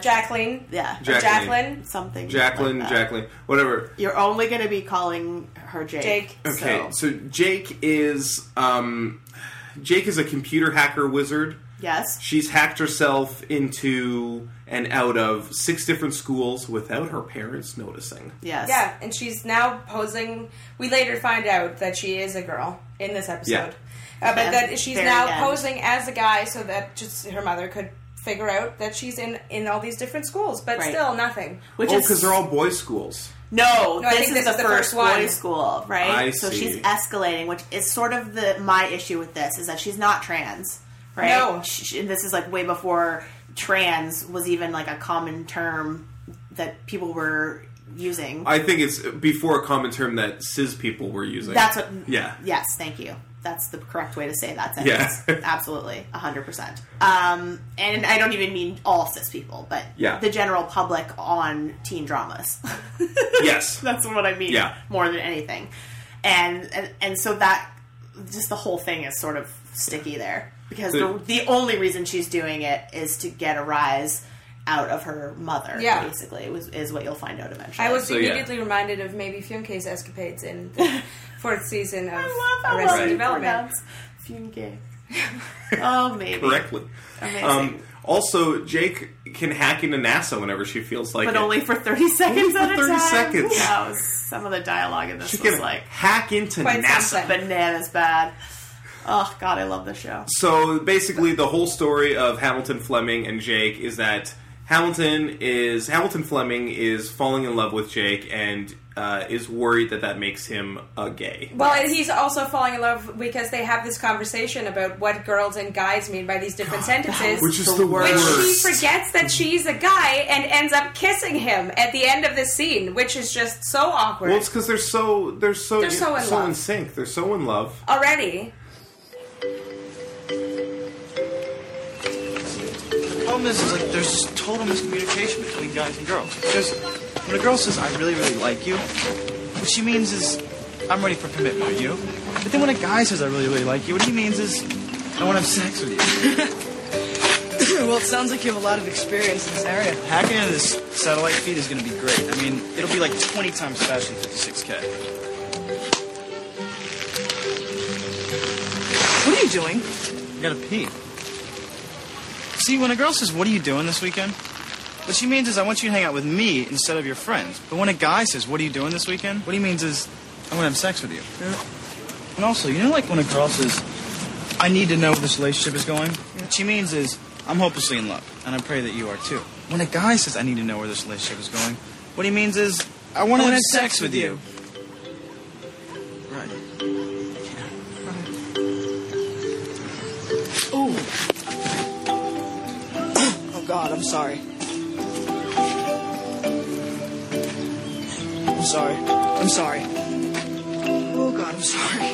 Speaker 1: Jacqueline,
Speaker 4: yeah,
Speaker 3: Jacqueline. Jacqueline.
Speaker 4: something.
Speaker 3: Jacqueline.
Speaker 4: like that.
Speaker 3: Jacqueline. Whatever.
Speaker 4: You're only gonna be calling her Jake.
Speaker 1: Jake.
Speaker 3: Okay. So, Jake is um, Jake is a computer hacker wizard.
Speaker 4: Yes.
Speaker 3: She's hacked herself into and out of six different schools without her parents noticing.
Speaker 4: Yes.
Speaker 1: yeah and she's now posing we later find out that she is a girl in this episode
Speaker 3: Yeah.
Speaker 1: uh, but
Speaker 4: Yeah,
Speaker 1: that she's
Speaker 4: very
Speaker 1: now
Speaker 4: end.
Speaker 1: posing as a guy so that just her mother could figure out that she's in in all these different schools but
Speaker 4: Right.
Speaker 1: still nothing
Speaker 4: Which
Speaker 3: oh,
Speaker 4: is-
Speaker 3: because they're all boys' schools.
Speaker 4: No,
Speaker 1: No, I
Speaker 4: this,
Speaker 1: think
Speaker 4: is,
Speaker 1: this
Speaker 4: the
Speaker 1: is the
Speaker 4: first,
Speaker 1: first one.
Speaker 4: boy school, right?
Speaker 3: I
Speaker 4: so
Speaker 3: see.
Speaker 4: she's escalating, which is sort of the my issue with this is that she's not trans, right?
Speaker 1: No.
Speaker 4: Sh- sh- and this is like way before trans was even like a common term that people were using.
Speaker 3: I think it's before a common term that cis people were using.
Speaker 4: That's what.
Speaker 3: Yeah.
Speaker 4: Yes, thank you. That's the correct way to say that
Speaker 3: Yeah.
Speaker 4: sentence. Absolutely, hundred percent. Um, and I don't even mean all cis people, but
Speaker 3: Yeah.
Speaker 4: the general public on teen dramas.
Speaker 3: yes.
Speaker 4: That's what I mean.
Speaker 3: Yeah.
Speaker 4: More than anything, and and, and so that just the whole thing is sort of sticky there because the,
Speaker 3: The-
Speaker 4: the only reason she's doing it is to get a rise out of her mother.
Speaker 1: Yeah.
Speaker 4: basically, was, is what you'll find out eventually.
Speaker 1: I was
Speaker 4: So, yeah.
Speaker 1: immediately reminded of maybe Funke's escapades in the fourth season of
Speaker 4: how
Speaker 1: Arrested
Speaker 4: well you
Speaker 1: Development.
Speaker 4: pronounce Funke. oh, maybe
Speaker 3: Correctly.
Speaker 4: Amazing.
Speaker 3: Um, also, Jake can hack into NASA whenever she feels like
Speaker 4: but
Speaker 3: it.
Speaker 4: only for thirty seconds
Speaker 3: Only
Speaker 4: at a
Speaker 3: for 30
Speaker 4: time.
Speaker 3: seconds.
Speaker 4: Yeah, it was- some of the dialogue in this
Speaker 3: She
Speaker 4: was
Speaker 3: can
Speaker 4: like
Speaker 3: hack into NASA.
Speaker 4: bananas bad. Oh God, I love this show.
Speaker 3: So basically, the whole story of Hamilton Fleming and Jake is that Hamilton is Hamilton Fleming is falling in love with Jake and uh, is worried that that makes him a gay.
Speaker 1: Well, and he's also falling in love because they have this conversation about what girls and guys mean by these different sentences.
Speaker 3: which is the
Speaker 1: Which
Speaker 3: worst.
Speaker 1: she forgets that she's a guy and ends up kissing him at the end of this scene, which is just so awkward.
Speaker 3: Well, it's because they're so they're so
Speaker 1: They're so in love.
Speaker 3: sync. They're so in love.
Speaker 1: Already.
Speaker 13: The problem is, is like there's total miscommunication between guys and girls. Because when a girl says, "I really, really like you," What she means is, I'm ready for commitment, are you? But then when a guy says, I really, really like you, what he means is, I want to have sex with you.
Speaker 14: well, it sounds like you have a lot of experience in this area.
Speaker 13: Hacking into this satellite feed is going to be great. I mean, it'll be like 20 times faster than 56K.
Speaker 14: What are you doing?
Speaker 13: I gotta pee. See, when a girl says, What are you doing this weekend? What she means is, I want you to hang out with me instead of your friends. But when a guy says, What are you doing this weekend? What he means is, I want to have sex with you. And also, you know, like when a girl says, I need to know where this relationship is going? What she means is, I'm hopelessly in love, and I pray that you are too. When a guy says, I need to know where this relationship is going, what he means is, I want
Speaker 14: I wanna
Speaker 13: to have
Speaker 14: have
Speaker 13: sex,
Speaker 14: sex
Speaker 13: with
Speaker 14: with
Speaker 13: you. Right.
Speaker 14: Ooh. oh God, I'm sorry. I'm sorry. I'm sorry. Oh God, I'm sorry.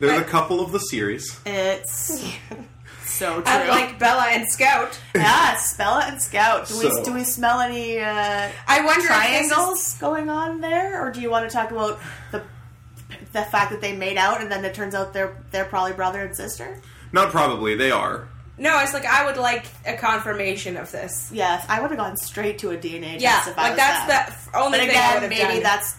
Speaker 3: They're the couple of the series.
Speaker 4: It's so true.
Speaker 1: Unlike Bella and Scout.
Speaker 4: yes, Bella and Scout. Do
Speaker 3: So-
Speaker 4: we do we smell any? Uh,
Speaker 1: I wonder if this
Speaker 4: triangles going on there, or do you want to talk about the the fact that they made out and then it turns out they're they're probably brother and sister?
Speaker 3: Not probably. They are.
Speaker 1: No, it's like I would like a confirmation of this.
Speaker 4: Yes, I would have gone straight to a DNA test.
Speaker 1: Yeah,
Speaker 4: if I
Speaker 1: like
Speaker 4: was
Speaker 1: that's
Speaker 4: them.
Speaker 1: the f- only
Speaker 4: But
Speaker 1: thing I
Speaker 4: again,
Speaker 1: would've
Speaker 4: maybe
Speaker 1: done.
Speaker 4: that's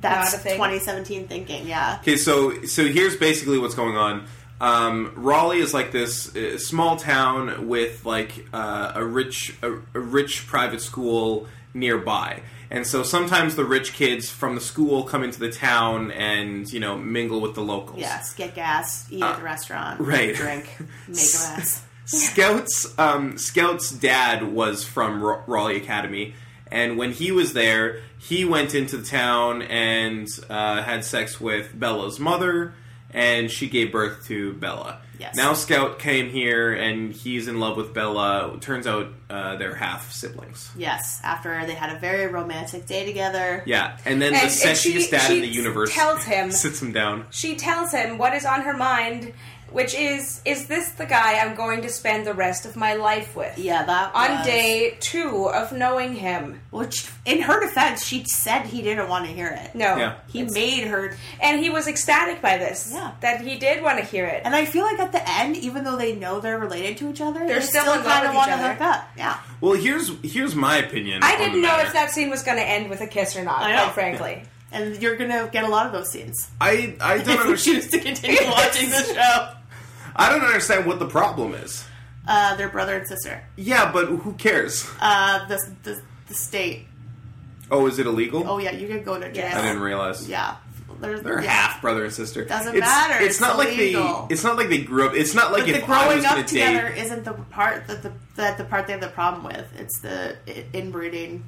Speaker 4: that's
Speaker 1: Not a thing.
Speaker 4: 2017 thinking. Yeah.
Speaker 3: Okay, so so here's basically what's going on. Um, Raleigh is like this uh, small town with like uh, a rich a, a rich private school nearby, and so sometimes the rich kids from the school come into the town and you know mingle with the locals.
Speaker 4: Yes, get gas, eat at the restaurant,
Speaker 3: Uh, right.
Speaker 4: drink, make a mess.
Speaker 3: Scout's um, Scout's dad was from Ra- Raleigh Academy, and when he was there, he went into the town and uh, had sex with Bella's mother, and she gave birth to Bella.
Speaker 4: Yes.
Speaker 3: Now Scout came here, and he's in love with Bella. Turns out uh, they're half siblings.
Speaker 4: Yes, after they had a very romantic day together.
Speaker 3: Yeah, and then the
Speaker 1: And- and she-
Speaker 3: sexiest dad in the
Speaker 1: she
Speaker 3: universe
Speaker 1: tells him-
Speaker 3: sits him down.
Speaker 1: She tells him what is on her mind, which is is this the guy I'm going to spend the rest of my life with?
Speaker 4: Yeah, that
Speaker 1: on
Speaker 4: was-
Speaker 1: day two of knowing him.
Speaker 4: Which, in her defense, she said he didn't want to hear it.
Speaker 1: No,
Speaker 4: Yeah. He made her,
Speaker 1: and he was ecstatic by this. Yeah, that he did want to hear it.
Speaker 4: And I feel like at the end, even though they know they're related to each other,
Speaker 1: They're
Speaker 4: they
Speaker 1: still in love
Speaker 4: kind
Speaker 1: with
Speaker 4: of
Speaker 1: each
Speaker 4: want to
Speaker 1: other.
Speaker 4: hook up. Yeah.
Speaker 3: Well, here's here's my opinion.
Speaker 1: I
Speaker 3: on the
Speaker 1: didn't know
Speaker 3: matter.
Speaker 1: if that scene was going to end with a kiss or not.
Speaker 4: I know.
Speaker 1: Quite frankly,
Speaker 4: and you're gonna get a lot of those scenes.
Speaker 3: I I don't
Speaker 1: Oh,
Speaker 4: If we
Speaker 3: understand.
Speaker 4: choose to continue watching the show.
Speaker 3: I don't understand what the problem is.
Speaker 4: Uh, they're brother and sister.
Speaker 3: Yeah, but who cares?
Speaker 4: Uh, the, the the state.
Speaker 3: Oh, is it illegal?
Speaker 4: Oh yeah, you could go to jail.
Speaker 3: I didn't realize.
Speaker 4: Yeah, There's,
Speaker 3: They're
Speaker 4: yeah.
Speaker 3: half brother and sister.
Speaker 4: Doesn't
Speaker 3: it's,
Speaker 4: matter,
Speaker 3: It's,
Speaker 4: it's
Speaker 3: not like
Speaker 4: illegal.
Speaker 3: they. It's not like they grew up. It's not like
Speaker 4: but
Speaker 3: if
Speaker 4: the
Speaker 3: I
Speaker 4: growing
Speaker 3: was
Speaker 4: up
Speaker 3: gonna
Speaker 4: together
Speaker 3: date.
Speaker 4: isn't the part that the that the part they have the problem with. It's the i- inbreeding.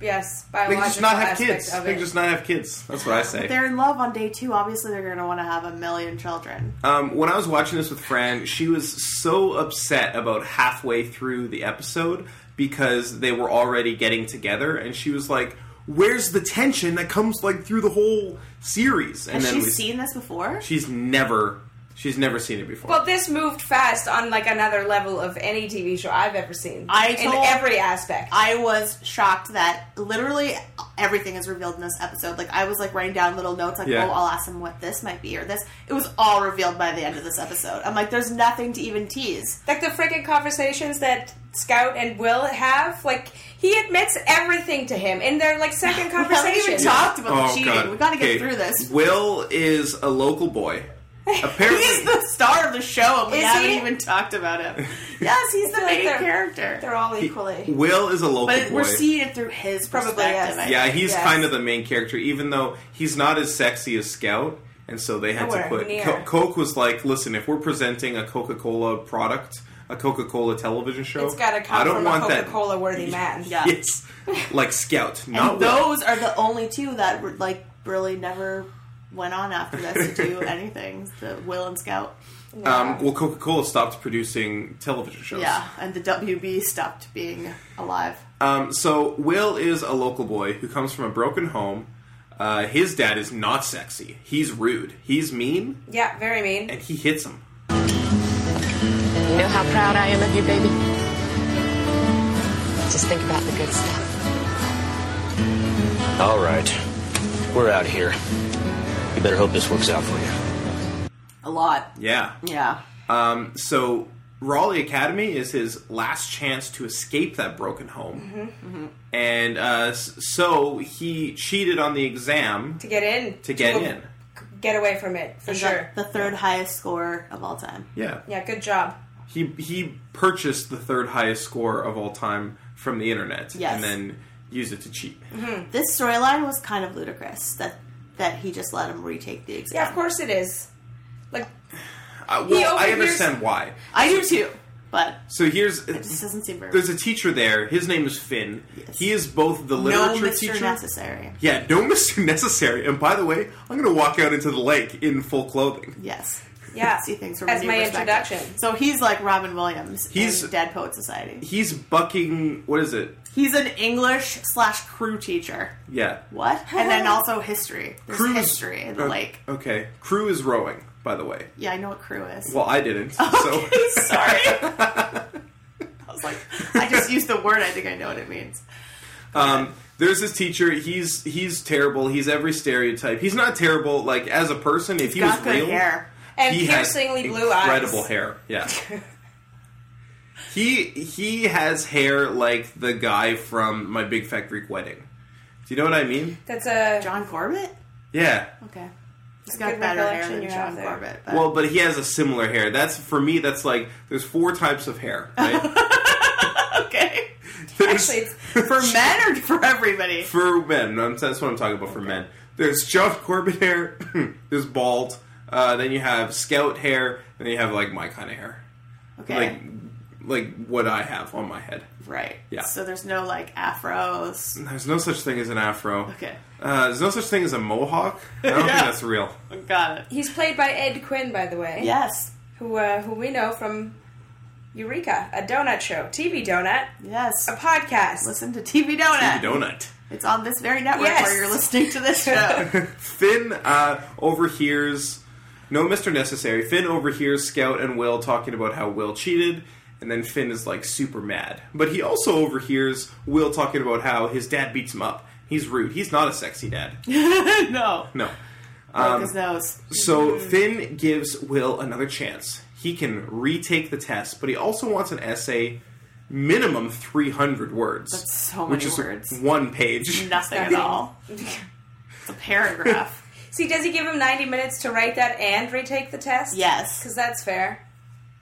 Speaker 1: Yes,
Speaker 3: They could just not have kids. They could just not have kids. That's what I
Speaker 4: But
Speaker 3: say.
Speaker 4: they're in love on day two. Obviously, they're going to want to have a million children.
Speaker 3: Um, when I was watching this with Fran, she was so upset about halfway through the episode because they were already getting together, and she was like, "Where's the tension that comes like through the whole series?" And
Speaker 4: Has
Speaker 3: then
Speaker 4: she
Speaker 3: we,
Speaker 4: seen this before?
Speaker 3: She's never. She's never seen it before.
Speaker 1: Well, this moved fast on like another level of any TV show I've ever seen.
Speaker 4: I
Speaker 1: in
Speaker 4: told-
Speaker 1: every aspect.
Speaker 4: I was shocked that literally everything is revealed in this episode. Like I was like writing down little notes, like
Speaker 1: Yeah.
Speaker 4: oh, I'll ask them what this might be or this. It was all revealed by the end of this episode. I'm like, there's nothing to even tease.
Speaker 1: like the freaking conversations that Scout and Will have. Like he admits everything to him in their like second
Speaker 4: haven't even
Speaker 1: conversation.
Speaker 4: talked about
Speaker 3: Oh,
Speaker 4: cheating.
Speaker 3: God.
Speaker 4: We gotta get
Speaker 3: Okay.
Speaker 4: through this.
Speaker 3: Will is a local boy. Apparently,
Speaker 4: He's the star of the show, and we
Speaker 1: Is
Speaker 4: haven't
Speaker 1: he?
Speaker 4: even talked about him. yes, he's the
Speaker 1: I feel like
Speaker 4: main
Speaker 1: they're-
Speaker 4: character. They're
Speaker 1: all
Speaker 4: equally.
Speaker 3: Will is a local
Speaker 4: but
Speaker 3: boy.
Speaker 4: we're seeing it through his perspective. I
Speaker 3: yeah,
Speaker 4: think.
Speaker 3: he's kind of the main character, even though he's not as sexy as Scout. And so they had
Speaker 4: Nowhere
Speaker 3: to put
Speaker 4: near.
Speaker 3: Co- Coke was like, listen, if we're presenting a Coca Cola product, a Coca Cola television show,
Speaker 1: It's got to come
Speaker 3: I don't
Speaker 1: from
Speaker 3: want
Speaker 1: a
Speaker 3: that.
Speaker 1: Coca-Cola worthy man.
Speaker 4: Yeah.
Speaker 3: Yes, like Scout, not
Speaker 4: and
Speaker 3: Will.
Speaker 4: those are the only two that were, like really never went on after this to do anything. The Will and Scout.
Speaker 3: Um, well, Coca Cola stopped producing television shows.
Speaker 4: Yeah, and the WB stopped being alive.
Speaker 3: Um, so Will is a local boy who comes from a broken home. Uh, his dad is not sexy. He's rude. He's mean,
Speaker 1: Yeah, very mean.
Speaker 3: and he hits him.
Speaker 15: You know how proud I am of you, baby? Just think about the good stuff.
Speaker 16: All right. We're out here. You better hope this works out for you.
Speaker 4: A lot.
Speaker 3: Yeah.
Speaker 4: Yeah.
Speaker 3: Um, so Raleigh Academy is his last chance to escape that broken home,
Speaker 4: Mm-hmm.
Speaker 3: and uh, s- so he cheated on the exam
Speaker 1: to get in.
Speaker 3: to
Speaker 4: Oh.
Speaker 3: get in.
Speaker 1: Get away from it for
Speaker 4: It's like
Speaker 1: sure.
Speaker 4: The third highest score of all time.
Speaker 3: Yeah,
Speaker 1: Yeah, good job.
Speaker 3: he he purchased the third highest score of all time from the internet,
Speaker 4: Yes.
Speaker 3: and
Speaker 4: Mm-hmm.
Speaker 3: then used it to cheat.
Speaker 4: This storyline was kind of ludicrous that that he just let him retake the exam.
Speaker 1: Yeah, of course it is.
Speaker 3: Uh,
Speaker 4: He
Speaker 3: well, I
Speaker 4: overhears-
Speaker 3: understand why.
Speaker 4: I do too, but
Speaker 3: So here's
Speaker 4: it just doesn't seem very.
Speaker 3: there's a teacher there. His name is Finn. He is both the
Speaker 4: no
Speaker 3: literature
Speaker 4: Mr.
Speaker 3: teacher.
Speaker 4: Necessary.
Speaker 3: Yeah, no Mr. Necessary. And by the way, I'm going to walk out into the lake in full clothing.
Speaker 4: Yes.
Speaker 1: Yeah.
Speaker 4: See things from
Speaker 1: As
Speaker 4: a new
Speaker 1: my
Speaker 4: perspective.
Speaker 1: introduction.
Speaker 4: So he's like Robin Williams
Speaker 3: He's-
Speaker 4: in Dead Poet Society.
Speaker 3: He's bucking. What is it?
Speaker 4: He's an English slash crew teacher.
Speaker 3: Yeah.
Speaker 4: What? And then also history. There's
Speaker 3: Crew is-
Speaker 4: history in the
Speaker 3: uh,
Speaker 4: lake.
Speaker 3: Okay. Crew is rowing, by the way.
Speaker 4: Yeah, I know what crew is.
Speaker 3: Well, I didn't. so
Speaker 4: Sorry. I was like, I just used the word. I think I know what it means.
Speaker 3: Um, there's this teacher. He's he's terrible. He's every stereotype. He's not terrible like as a person. If he was
Speaker 4: got good
Speaker 3: real,
Speaker 4: hair.
Speaker 1: And
Speaker 3: he has
Speaker 1: piercingly blue eyes.
Speaker 3: incredible hair. Yeah. he he has hair like the guy from My Big Fat Greek Wedding. Do you know what I mean?
Speaker 1: That's a
Speaker 4: John Corbett.
Speaker 3: Yeah.
Speaker 4: Okay,
Speaker 1: That's
Speaker 4: he's
Speaker 1: a
Speaker 4: got
Speaker 1: good
Speaker 4: better hair
Speaker 1: recollection
Speaker 4: than
Speaker 1: you have
Speaker 4: John
Speaker 1: there.
Speaker 4: Corbett. But
Speaker 3: Well, but he has a similar hair. That's for me. That's like there's four types of hair. Right?
Speaker 4: okay,
Speaker 3: There's-
Speaker 4: actually, it's for men or for everybody.
Speaker 3: for men. no, That's what I'm talking about for men. There's John Corbett hair. there's bald. Uh, then you have scout hair. And then you have like my kind of hair.
Speaker 4: Okay.
Speaker 3: Like like what I have on my head.
Speaker 4: Right.
Speaker 3: Yeah.
Speaker 4: So there's no like afros.
Speaker 3: There's no such thing as an afro.
Speaker 4: Okay.
Speaker 3: Uh, there's no such thing as a mohawk. I don't
Speaker 4: Yeah.
Speaker 3: think that's real.
Speaker 4: Got it.
Speaker 1: He's played by Ed Quinn, by the way.
Speaker 4: Yes.
Speaker 1: Who uh, who we know from Eureka, a donut show, TV donut.
Speaker 4: Yes.
Speaker 1: A podcast.
Speaker 4: Listen to TV Donut.
Speaker 3: Donut.
Speaker 4: It's on this very network
Speaker 1: Yes.
Speaker 4: where you're listening to this show.
Speaker 3: Finn uh, overhears. No, Mr. Necessary. Finn overhears Scout and Will talking about how Will cheated, and then Finn is like super mad. But he also overhears Will talking about how his dad beats him up. He's rude. He's not a sexy dad.
Speaker 4: no.
Speaker 3: No.
Speaker 4: Broke
Speaker 3: Um,
Speaker 4: his nose.
Speaker 3: So Finn gives Will another chance. He can retake the test, but he also wants an essay, minimum three hundred words.
Speaker 4: That's so
Speaker 3: which
Speaker 4: many
Speaker 3: is
Speaker 4: words.
Speaker 3: One page.
Speaker 4: Nothing at all. It's a paragraph.
Speaker 1: See, does he give him 90 minutes to write that and retake the test?
Speaker 4: Yes.
Speaker 1: Because that's fair.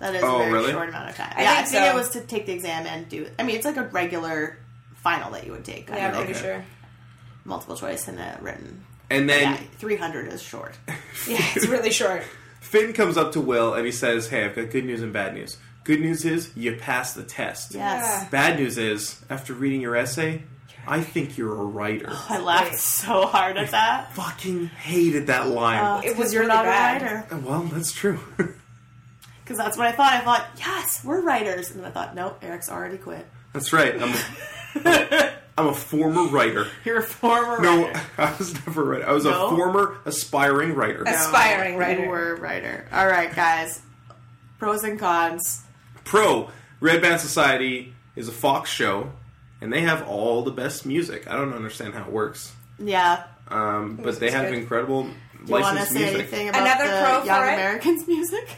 Speaker 4: That is
Speaker 3: Oh,
Speaker 4: a very
Speaker 3: really?
Speaker 4: short amount of time.
Speaker 1: I
Speaker 4: yeah,
Speaker 1: think
Speaker 4: I think
Speaker 1: so.
Speaker 4: it was to take the exam and do. I mean, it's like a regular final that you would take. I
Speaker 1: Yeah, I'm
Speaker 4: think.
Speaker 1: pretty sure.
Speaker 4: Multiple choice and a written.
Speaker 3: And then
Speaker 4: yeah, 300 is short.
Speaker 1: Yeah, it's really short.
Speaker 3: Finn comes up to Will and he says, "Hey, I've got good news and bad news. Good news is you passed the test.
Speaker 4: Yes. Yeah.
Speaker 3: Bad news is after reading your essay, I think you're a writer.
Speaker 4: Oh, I laughed so hard at that.
Speaker 3: Fucking hated that line.
Speaker 1: It
Speaker 4: it
Speaker 1: was
Speaker 4: was you're
Speaker 1: really
Speaker 4: not
Speaker 1: bad.
Speaker 4: a writer.
Speaker 3: well, that's true.
Speaker 4: Because that's what I thought. I thought, yes, we're writers. And then I thought, no, Eric's already quit.
Speaker 3: that's right. I'm a, I'm a former writer.
Speaker 4: You're a former
Speaker 3: No,
Speaker 4: writer.
Speaker 3: I was never a writer. I was
Speaker 4: No?
Speaker 3: a former aspiring writer.
Speaker 1: Aspiring writer.
Speaker 4: You were a writer. All right, guys. Pros and cons.
Speaker 3: Pro Red Band Society is a Fox show, and they have all the best music. I don't understand how it works,
Speaker 4: Yeah.
Speaker 3: um, but they have
Speaker 4: good.
Speaker 3: incredible
Speaker 4: Do you want to
Speaker 3: licensed
Speaker 4: say
Speaker 3: music.
Speaker 4: anything about
Speaker 1: Another
Speaker 4: the
Speaker 1: pro for
Speaker 4: Young
Speaker 1: it?
Speaker 4: Americans music?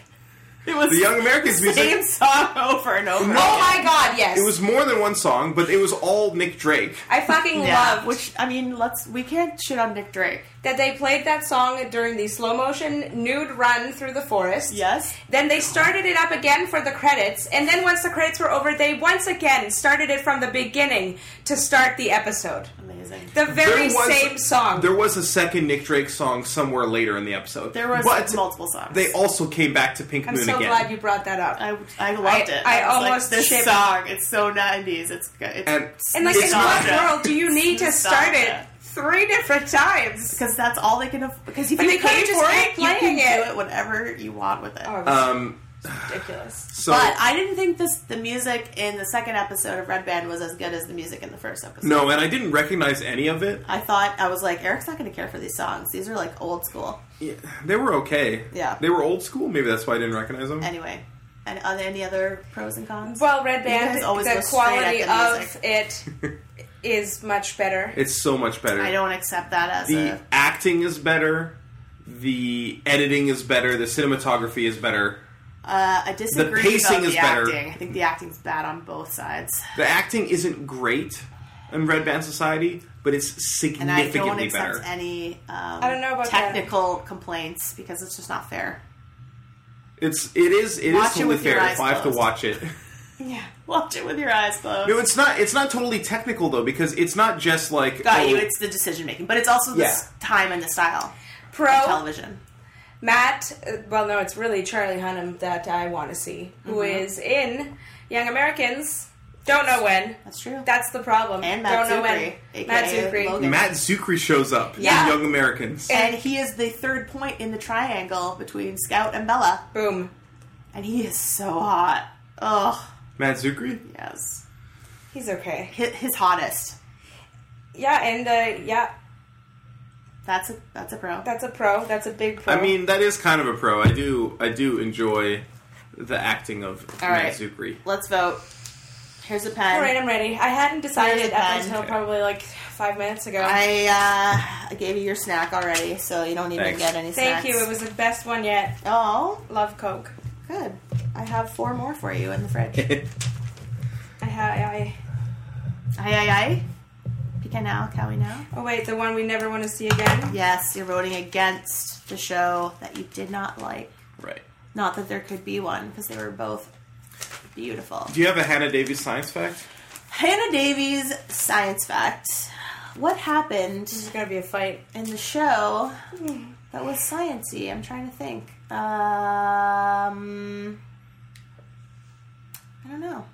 Speaker 4: It was
Speaker 3: The Young Americans
Speaker 4: the same
Speaker 3: music.
Speaker 4: song over and over.
Speaker 3: No.
Speaker 1: Oh my god, yes.
Speaker 3: It was more than one song, but it was all Nick Drake.
Speaker 1: I fucking
Speaker 4: Yeah,
Speaker 1: loved
Speaker 4: which I mean, let's we can't shit on Nick Drake.
Speaker 1: that they played that song during the slow motion nude run through the forest.
Speaker 4: Yes,
Speaker 1: Then they started it up again for the credits, and then once the credits were over, they once again started it from the beginning to start the episode.
Speaker 4: amazing.
Speaker 1: The very
Speaker 3: There was-
Speaker 1: same song.
Speaker 3: There was a second Nick Drake song somewhere later in the episode.
Speaker 4: There was
Speaker 3: but
Speaker 4: multiple songs.
Speaker 3: they also came back to Pink
Speaker 1: I'm
Speaker 3: Moon
Speaker 1: so
Speaker 3: again.
Speaker 1: glad you brought that up.
Speaker 4: I, I loved
Speaker 1: I- I
Speaker 4: it. was like,
Speaker 1: almost
Speaker 4: this
Speaker 1: shipped-
Speaker 4: song. It's so nineties. It's good. It's
Speaker 3: And-
Speaker 1: and like, in what
Speaker 4: nostalgia.
Speaker 1: world do you need to
Speaker 4: It's
Speaker 1: start it
Speaker 4: nostalgia.
Speaker 1: three different times?
Speaker 4: because that's all they can. Aff- because if
Speaker 1: But
Speaker 4: you
Speaker 1: they
Speaker 4: pay
Speaker 1: could've just
Speaker 4: for it,
Speaker 1: kept
Speaker 4: you can
Speaker 1: playing it.
Speaker 4: do it whatever you want with it.
Speaker 1: Oh, this
Speaker 3: Um,
Speaker 1: is ridiculous.
Speaker 3: so
Speaker 4: but I didn't think this the music in the second episode of Red Band was as good as the music in the first episode.
Speaker 3: no, and I didn't recognize any of it.
Speaker 4: I thought I was like Eric's not going to care for these songs. These are like old school.
Speaker 3: Yeah, they were okay.
Speaker 4: Yeah.
Speaker 3: they were old school. Maybe that's why I didn't recognize them.
Speaker 4: Anyway, and are there any other pros and cons?
Speaker 1: Well, Red
Speaker 4: You
Speaker 1: Band,
Speaker 4: guys always
Speaker 1: the
Speaker 4: go straight
Speaker 1: quality
Speaker 4: at the
Speaker 1: of it is much better.
Speaker 3: It's so much better.
Speaker 4: I don't accept that as
Speaker 3: the
Speaker 4: a.
Speaker 3: acting is better. The editing is better. The cinematography is better.
Speaker 4: Uh, I disagree
Speaker 3: pacing
Speaker 4: about
Speaker 3: is
Speaker 4: the
Speaker 3: better.
Speaker 4: acting. I think the acting's bad on both sides.
Speaker 3: The acting isn't great in Red Band Society, but it's
Speaker 4: and I don't
Speaker 3: significantly
Speaker 4: accept
Speaker 3: better.
Speaker 4: any um,
Speaker 1: I don't know about that.
Speaker 4: technical complaints because it's just not fair.
Speaker 3: It's it is it is
Speaker 4: Watch it
Speaker 3: totally
Speaker 4: with your
Speaker 3: fair
Speaker 4: eyes
Speaker 3: if I have to
Speaker 4: closed.
Speaker 3: watch it.
Speaker 4: Yeah, watch it with your eyes closed.
Speaker 3: No, it's not. It's not totally technical though, because it's not just like
Speaker 4: Got
Speaker 3: oh,
Speaker 4: you. It's the decision making, but it's also the
Speaker 3: Yeah.
Speaker 4: s- time and the style.
Speaker 1: Pro
Speaker 4: of television.
Speaker 1: Matt, uh, well, no, it's really Charlie Hunnam that I want to see, who
Speaker 4: Mhm.
Speaker 1: is in Young Americans. Don't know when.
Speaker 4: That's true.
Speaker 1: That's the problem.
Speaker 4: And
Speaker 1: Don't
Speaker 4: Matt
Speaker 1: know
Speaker 4: Zucri,
Speaker 1: when.
Speaker 4: aka
Speaker 1: Matt Zucri.
Speaker 4: Logan.
Speaker 3: Matt Zucri shows up
Speaker 1: Yeah.
Speaker 3: in Young Americans.
Speaker 4: And he is the third point in the triangle between Scout and Bella.
Speaker 1: Boom.
Speaker 4: And he is so hot. Ugh.
Speaker 3: Matt Zucri.
Speaker 4: Yes.
Speaker 1: He's okay.
Speaker 4: His, his hottest.
Speaker 1: Yeah, and uh, yeah,
Speaker 4: that's a that's a pro.
Speaker 1: That's a pro. That's a big pro.
Speaker 3: I mean, that is kind of a pro. I do I do enjoy the acting of
Speaker 4: All
Speaker 3: Matt
Speaker 4: right.
Speaker 3: Zucri.
Speaker 4: Let's vote. Here's a pen.
Speaker 1: all right, I'm ready. I hadn't decided
Speaker 4: Ready,
Speaker 1: up
Speaker 4: Ben.
Speaker 1: until probably like five minutes ago.
Speaker 4: I uh, gave you your snack already, so you don't even
Speaker 1: Thanks.
Speaker 4: get any snacks.
Speaker 1: Thank you. It was the best one yet.
Speaker 4: Oh,
Speaker 1: love Coke.
Speaker 4: Good. I have four more for you in the fridge.
Speaker 1: I ha- I.
Speaker 4: Aye, aye, aye. Pika now, Cowie now.
Speaker 1: Oh wait, the one we never want to see again.
Speaker 4: Yes, you're voting against the show that you did not like.
Speaker 3: Right.
Speaker 4: Not that there could be one, because they were both beautiful.
Speaker 3: Do you have a Hannah Davies science fact?
Speaker 4: Hannah Davies science fact. What happened? This is
Speaker 1: gonna be a fight
Speaker 4: in the show that was sciency. I'm trying to think. Um, I don't know.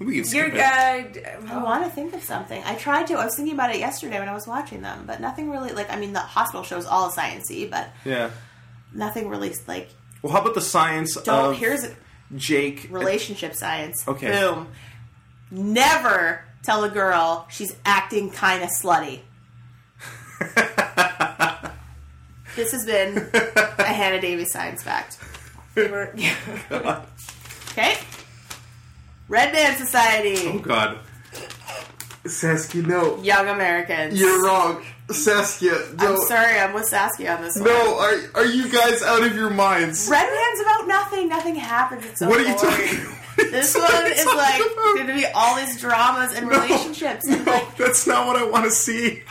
Speaker 3: We can
Speaker 1: You're
Speaker 3: skip it.
Speaker 1: uh,
Speaker 3: Oh.
Speaker 4: I want to think of something. I tried to. I was thinking about it yesterday when I was watching them, but nothing really. Like, I mean, the hospital show's all sciency, but
Speaker 3: Yeah.
Speaker 4: nothing really like
Speaker 3: Well, how about the science
Speaker 4: Don't-
Speaker 3: of
Speaker 4: here's a-
Speaker 3: Jake
Speaker 4: relationship science.
Speaker 3: Okay.
Speaker 4: Boom. Never tell a girl she's acting kind of slutty. this has been a Hannah Davis science fact. okay. Red
Speaker 3: Oh
Speaker 4: Band Society.
Speaker 3: God, Saskia, no,
Speaker 4: Young Americans.
Speaker 3: you're wrong, Saskia.
Speaker 4: I'm
Speaker 3: Don't.
Speaker 4: sorry, I'm with Saskia on this one.
Speaker 3: No, are are you guys out of your minds?
Speaker 4: Red Band's about nothing. Nothing happens. It's so
Speaker 3: what are you
Speaker 4: boring.
Speaker 3: talking?
Speaker 4: This one is like going to be all these dramas and relationships. And like,
Speaker 3: That's not what I want to see.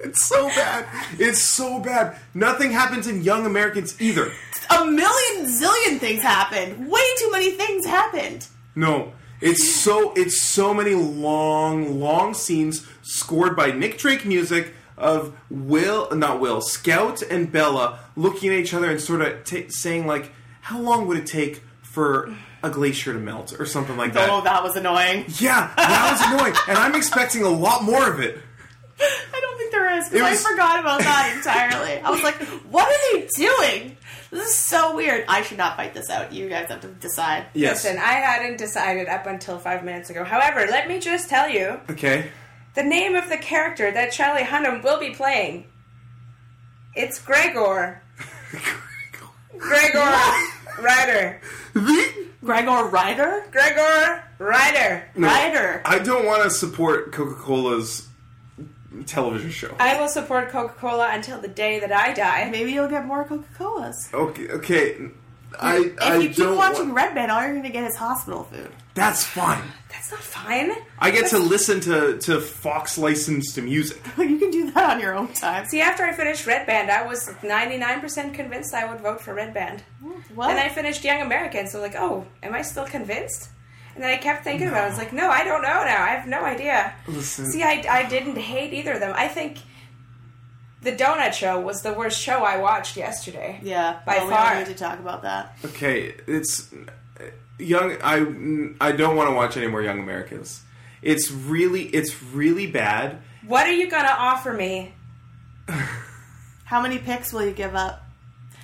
Speaker 3: It's so bad. It's so bad. Nothing happens in Young Americans either.
Speaker 4: a million zillion things happened. Way too many things happened.
Speaker 3: No. It's so it's so many long long scenes scored by Nick Drake music of Will not Will Scout and Bella looking at each other and sort of t- saying like how long would it take for a glacier to melt or something like that.
Speaker 4: Oh, that was annoying.
Speaker 3: Yeah, that was annoying, and I'm expecting a lot more of it.
Speaker 4: I don't think there is. 'cause
Speaker 3: It
Speaker 4: I
Speaker 3: was-
Speaker 4: forgot about that entirely. I was like, what are they doing? This is so weird. I should not fight this out. You guys have to decide.
Speaker 1: Listen, I hadn't decided up until five minutes ago. However, let me just tell you
Speaker 3: Okay.
Speaker 1: the name of the character that Charlie Hunnam will be playing. It's Gregor. Gregor Ryder.
Speaker 4: Gregor Ryder?
Speaker 1: Gregor Ryder.
Speaker 3: No,
Speaker 4: Ryder.
Speaker 3: I don't want to support Coca Cola's television show.
Speaker 1: I will support Coca Cola until the day that I die.
Speaker 4: Maybe you'll get more Coca Colas.
Speaker 3: Okay, okay. I
Speaker 4: If
Speaker 3: I
Speaker 4: you keep
Speaker 3: don't.
Speaker 4: watching
Speaker 3: wa-
Speaker 4: Red Band, all you're going to get is hospital food.
Speaker 3: That's fine.
Speaker 1: That's not fine.
Speaker 3: I get to listen to to Fox licensed music.
Speaker 4: You can do that on your own time.
Speaker 1: See, after I finished Red Band, I was 99% convinced I would vote for Red Band.
Speaker 4: Well,
Speaker 1: Then I finished Young Americans, so like, oh, am I still convinced? And then I kept thinking about it. I was like, no, I don't know now. I have no idea.
Speaker 3: Listen.
Speaker 1: See, I, I didn't hate either of them. I think The Donut Show was the worst show I watched yesterday.
Speaker 4: yeah,
Speaker 1: By
Speaker 4: well, we
Speaker 1: far.
Speaker 4: don't need to talk about that.
Speaker 3: Okay, it's young. I I don't want to watch any more Young Americans. It's really it's really bad.
Speaker 1: What are you going to offer me?
Speaker 4: How many picks will you give up?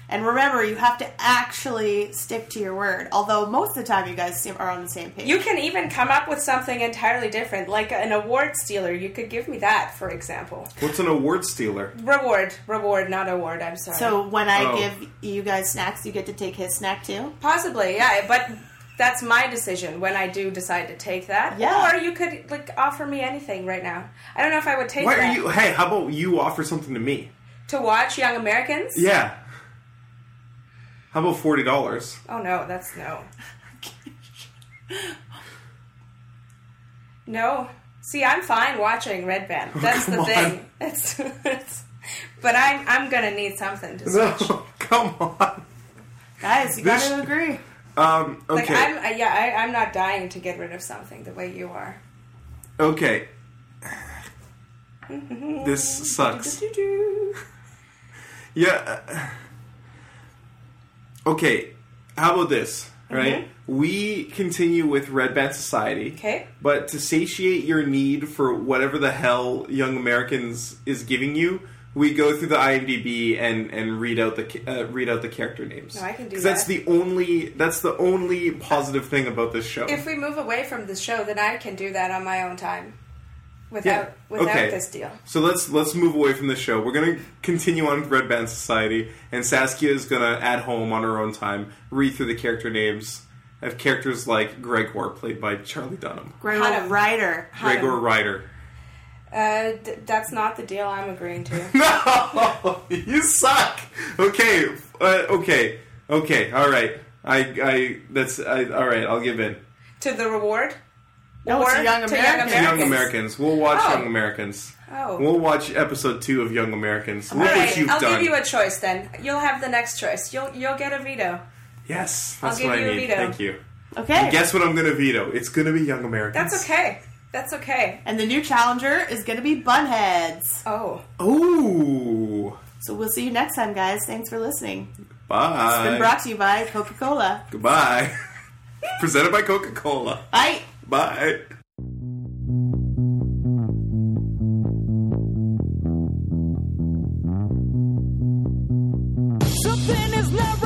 Speaker 4: And remember, you have to actually stick to your word. Although most of the time, you guys seem- are on the same page.
Speaker 1: You can even come up with something entirely different, like an award stealer. You could give me that, for example.
Speaker 3: What's an award stealer?
Speaker 1: Reward, reward, not award. I'm sorry.
Speaker 4: So when I
Speaker 3: Oh.
Speaker 4: give you guys snacks, you get to take his snack too.
Speaker 1: Possibly, yeah. But that's my decision when I do decide to take that.
Speaker 4: Yeah.
Speaker 1: Or you could like offer me anything right now. I don't know if I would take
Speaker 3: Why are
Speaker 1: that.
Speaker 3: you? Hey, how about you offer something to me?
Speaker 1: to watch Young Americans?
Speaker 3: Yeah. How about forty dollars?
Speaker 1: Oh no, that's no. no. See, I'm fine watching Red Band. That's the
Speaker 3: Oh, come
Speaker 1: thing. It's, it's, but I'm I'm gonna need something to
Speaker 3: No, come on.
Speaker 4: Guys,
Speaker 1: you
Speaker 3: This-
Speaker 1: gotta agree.
Speaker 3: Um, okay.
Speaker 1: Like I'm uh, yeah, I, I'm not dying to get rid of something the way you are.
Speaker 3: Okay. This sucks. Yeah. uh, Okay. How about this? Right. We continue with Red Band Society.
Speaker 1: Mm-hmm. Okay.
Speaker 3: But to satiate your need for whatever the hell Young Americans is giving you, we go through the IMDb and and read out the ca- uh, read out the character names.
Speaker 1: No, I can do
Speaker 3: 'Cause That's
Speaker 1: that.
Speaker 3: the only that's the only positive thing about this show.
Speaker 1: If we move away from the show, then I can do that on my own time. Without without this deal.
Speaker 3: So let's let's move away from the show. We're gonna continue on with Red Band Society, and Saskia is gonna at home on her own time read through the character names of characters like Gregor, played by Charlie Dunham,
Speaker 4: Gregor Ryder.
Speaker 3: Gregor Ryder.
Speaker 1: Uh, d- that's not the deal I'm agreeing to.
Speaker 3: No, you suck. Okay, uh, okay, okay. All right, I I that's I, all right. I'll give in.
Speaker 1: to the reward?
Speaker 4: No, it's
Speaker 1: Or
Speaker 4: a Young
Speaker 1: to
Speaker 4: Americans.
Speaker 3: To Young Americans. We'll watch
Speaker 1: Oh.
Speaker 3: Young Americans.
Speaker 1: Oh.
Speaker 3: We'll watch episode two of Young Americans.
Speaker 1: All
Speaker 3: Look
Speaker 1: right,
Speaker 3: what you've
Speaker 1: I'll
Speaker 3: done.
Speaker 1: give you a choice then. You'll have the next choice. You'll you'll get a veto.
Speaker 3: Yes,
Speaker 1: I'll
Speaker 3: that's
Speaker 1: give
Speaker 3: what
Speaker 1: you
Speaker 3: I
Speaker 1: a
Speaker 3: need.
Speaker 1: veto.
Speaker 3: Thank you.
Speaker 4: Okay.
Speaker 3: And guess what I'm going to veto? It's going to be Young Americans.
Speaker 1: That's okay. That's okay.
Speaker 4: And the new challenger is going to be Bunheads.
Speaker 1: Oh.
Speaker 3: Ooh.
Speaker 4: So we'll see you next time, guys. Thanks for listening.
Speaker 3: Bye.
Speaker 4: It's been brought to you by Coca Cola.
Speaker 3: Goodbye. Presented by Coca Cola.
Speaker 4: Bye.
Speaker 3: Bye.
Speaker 8: Something is not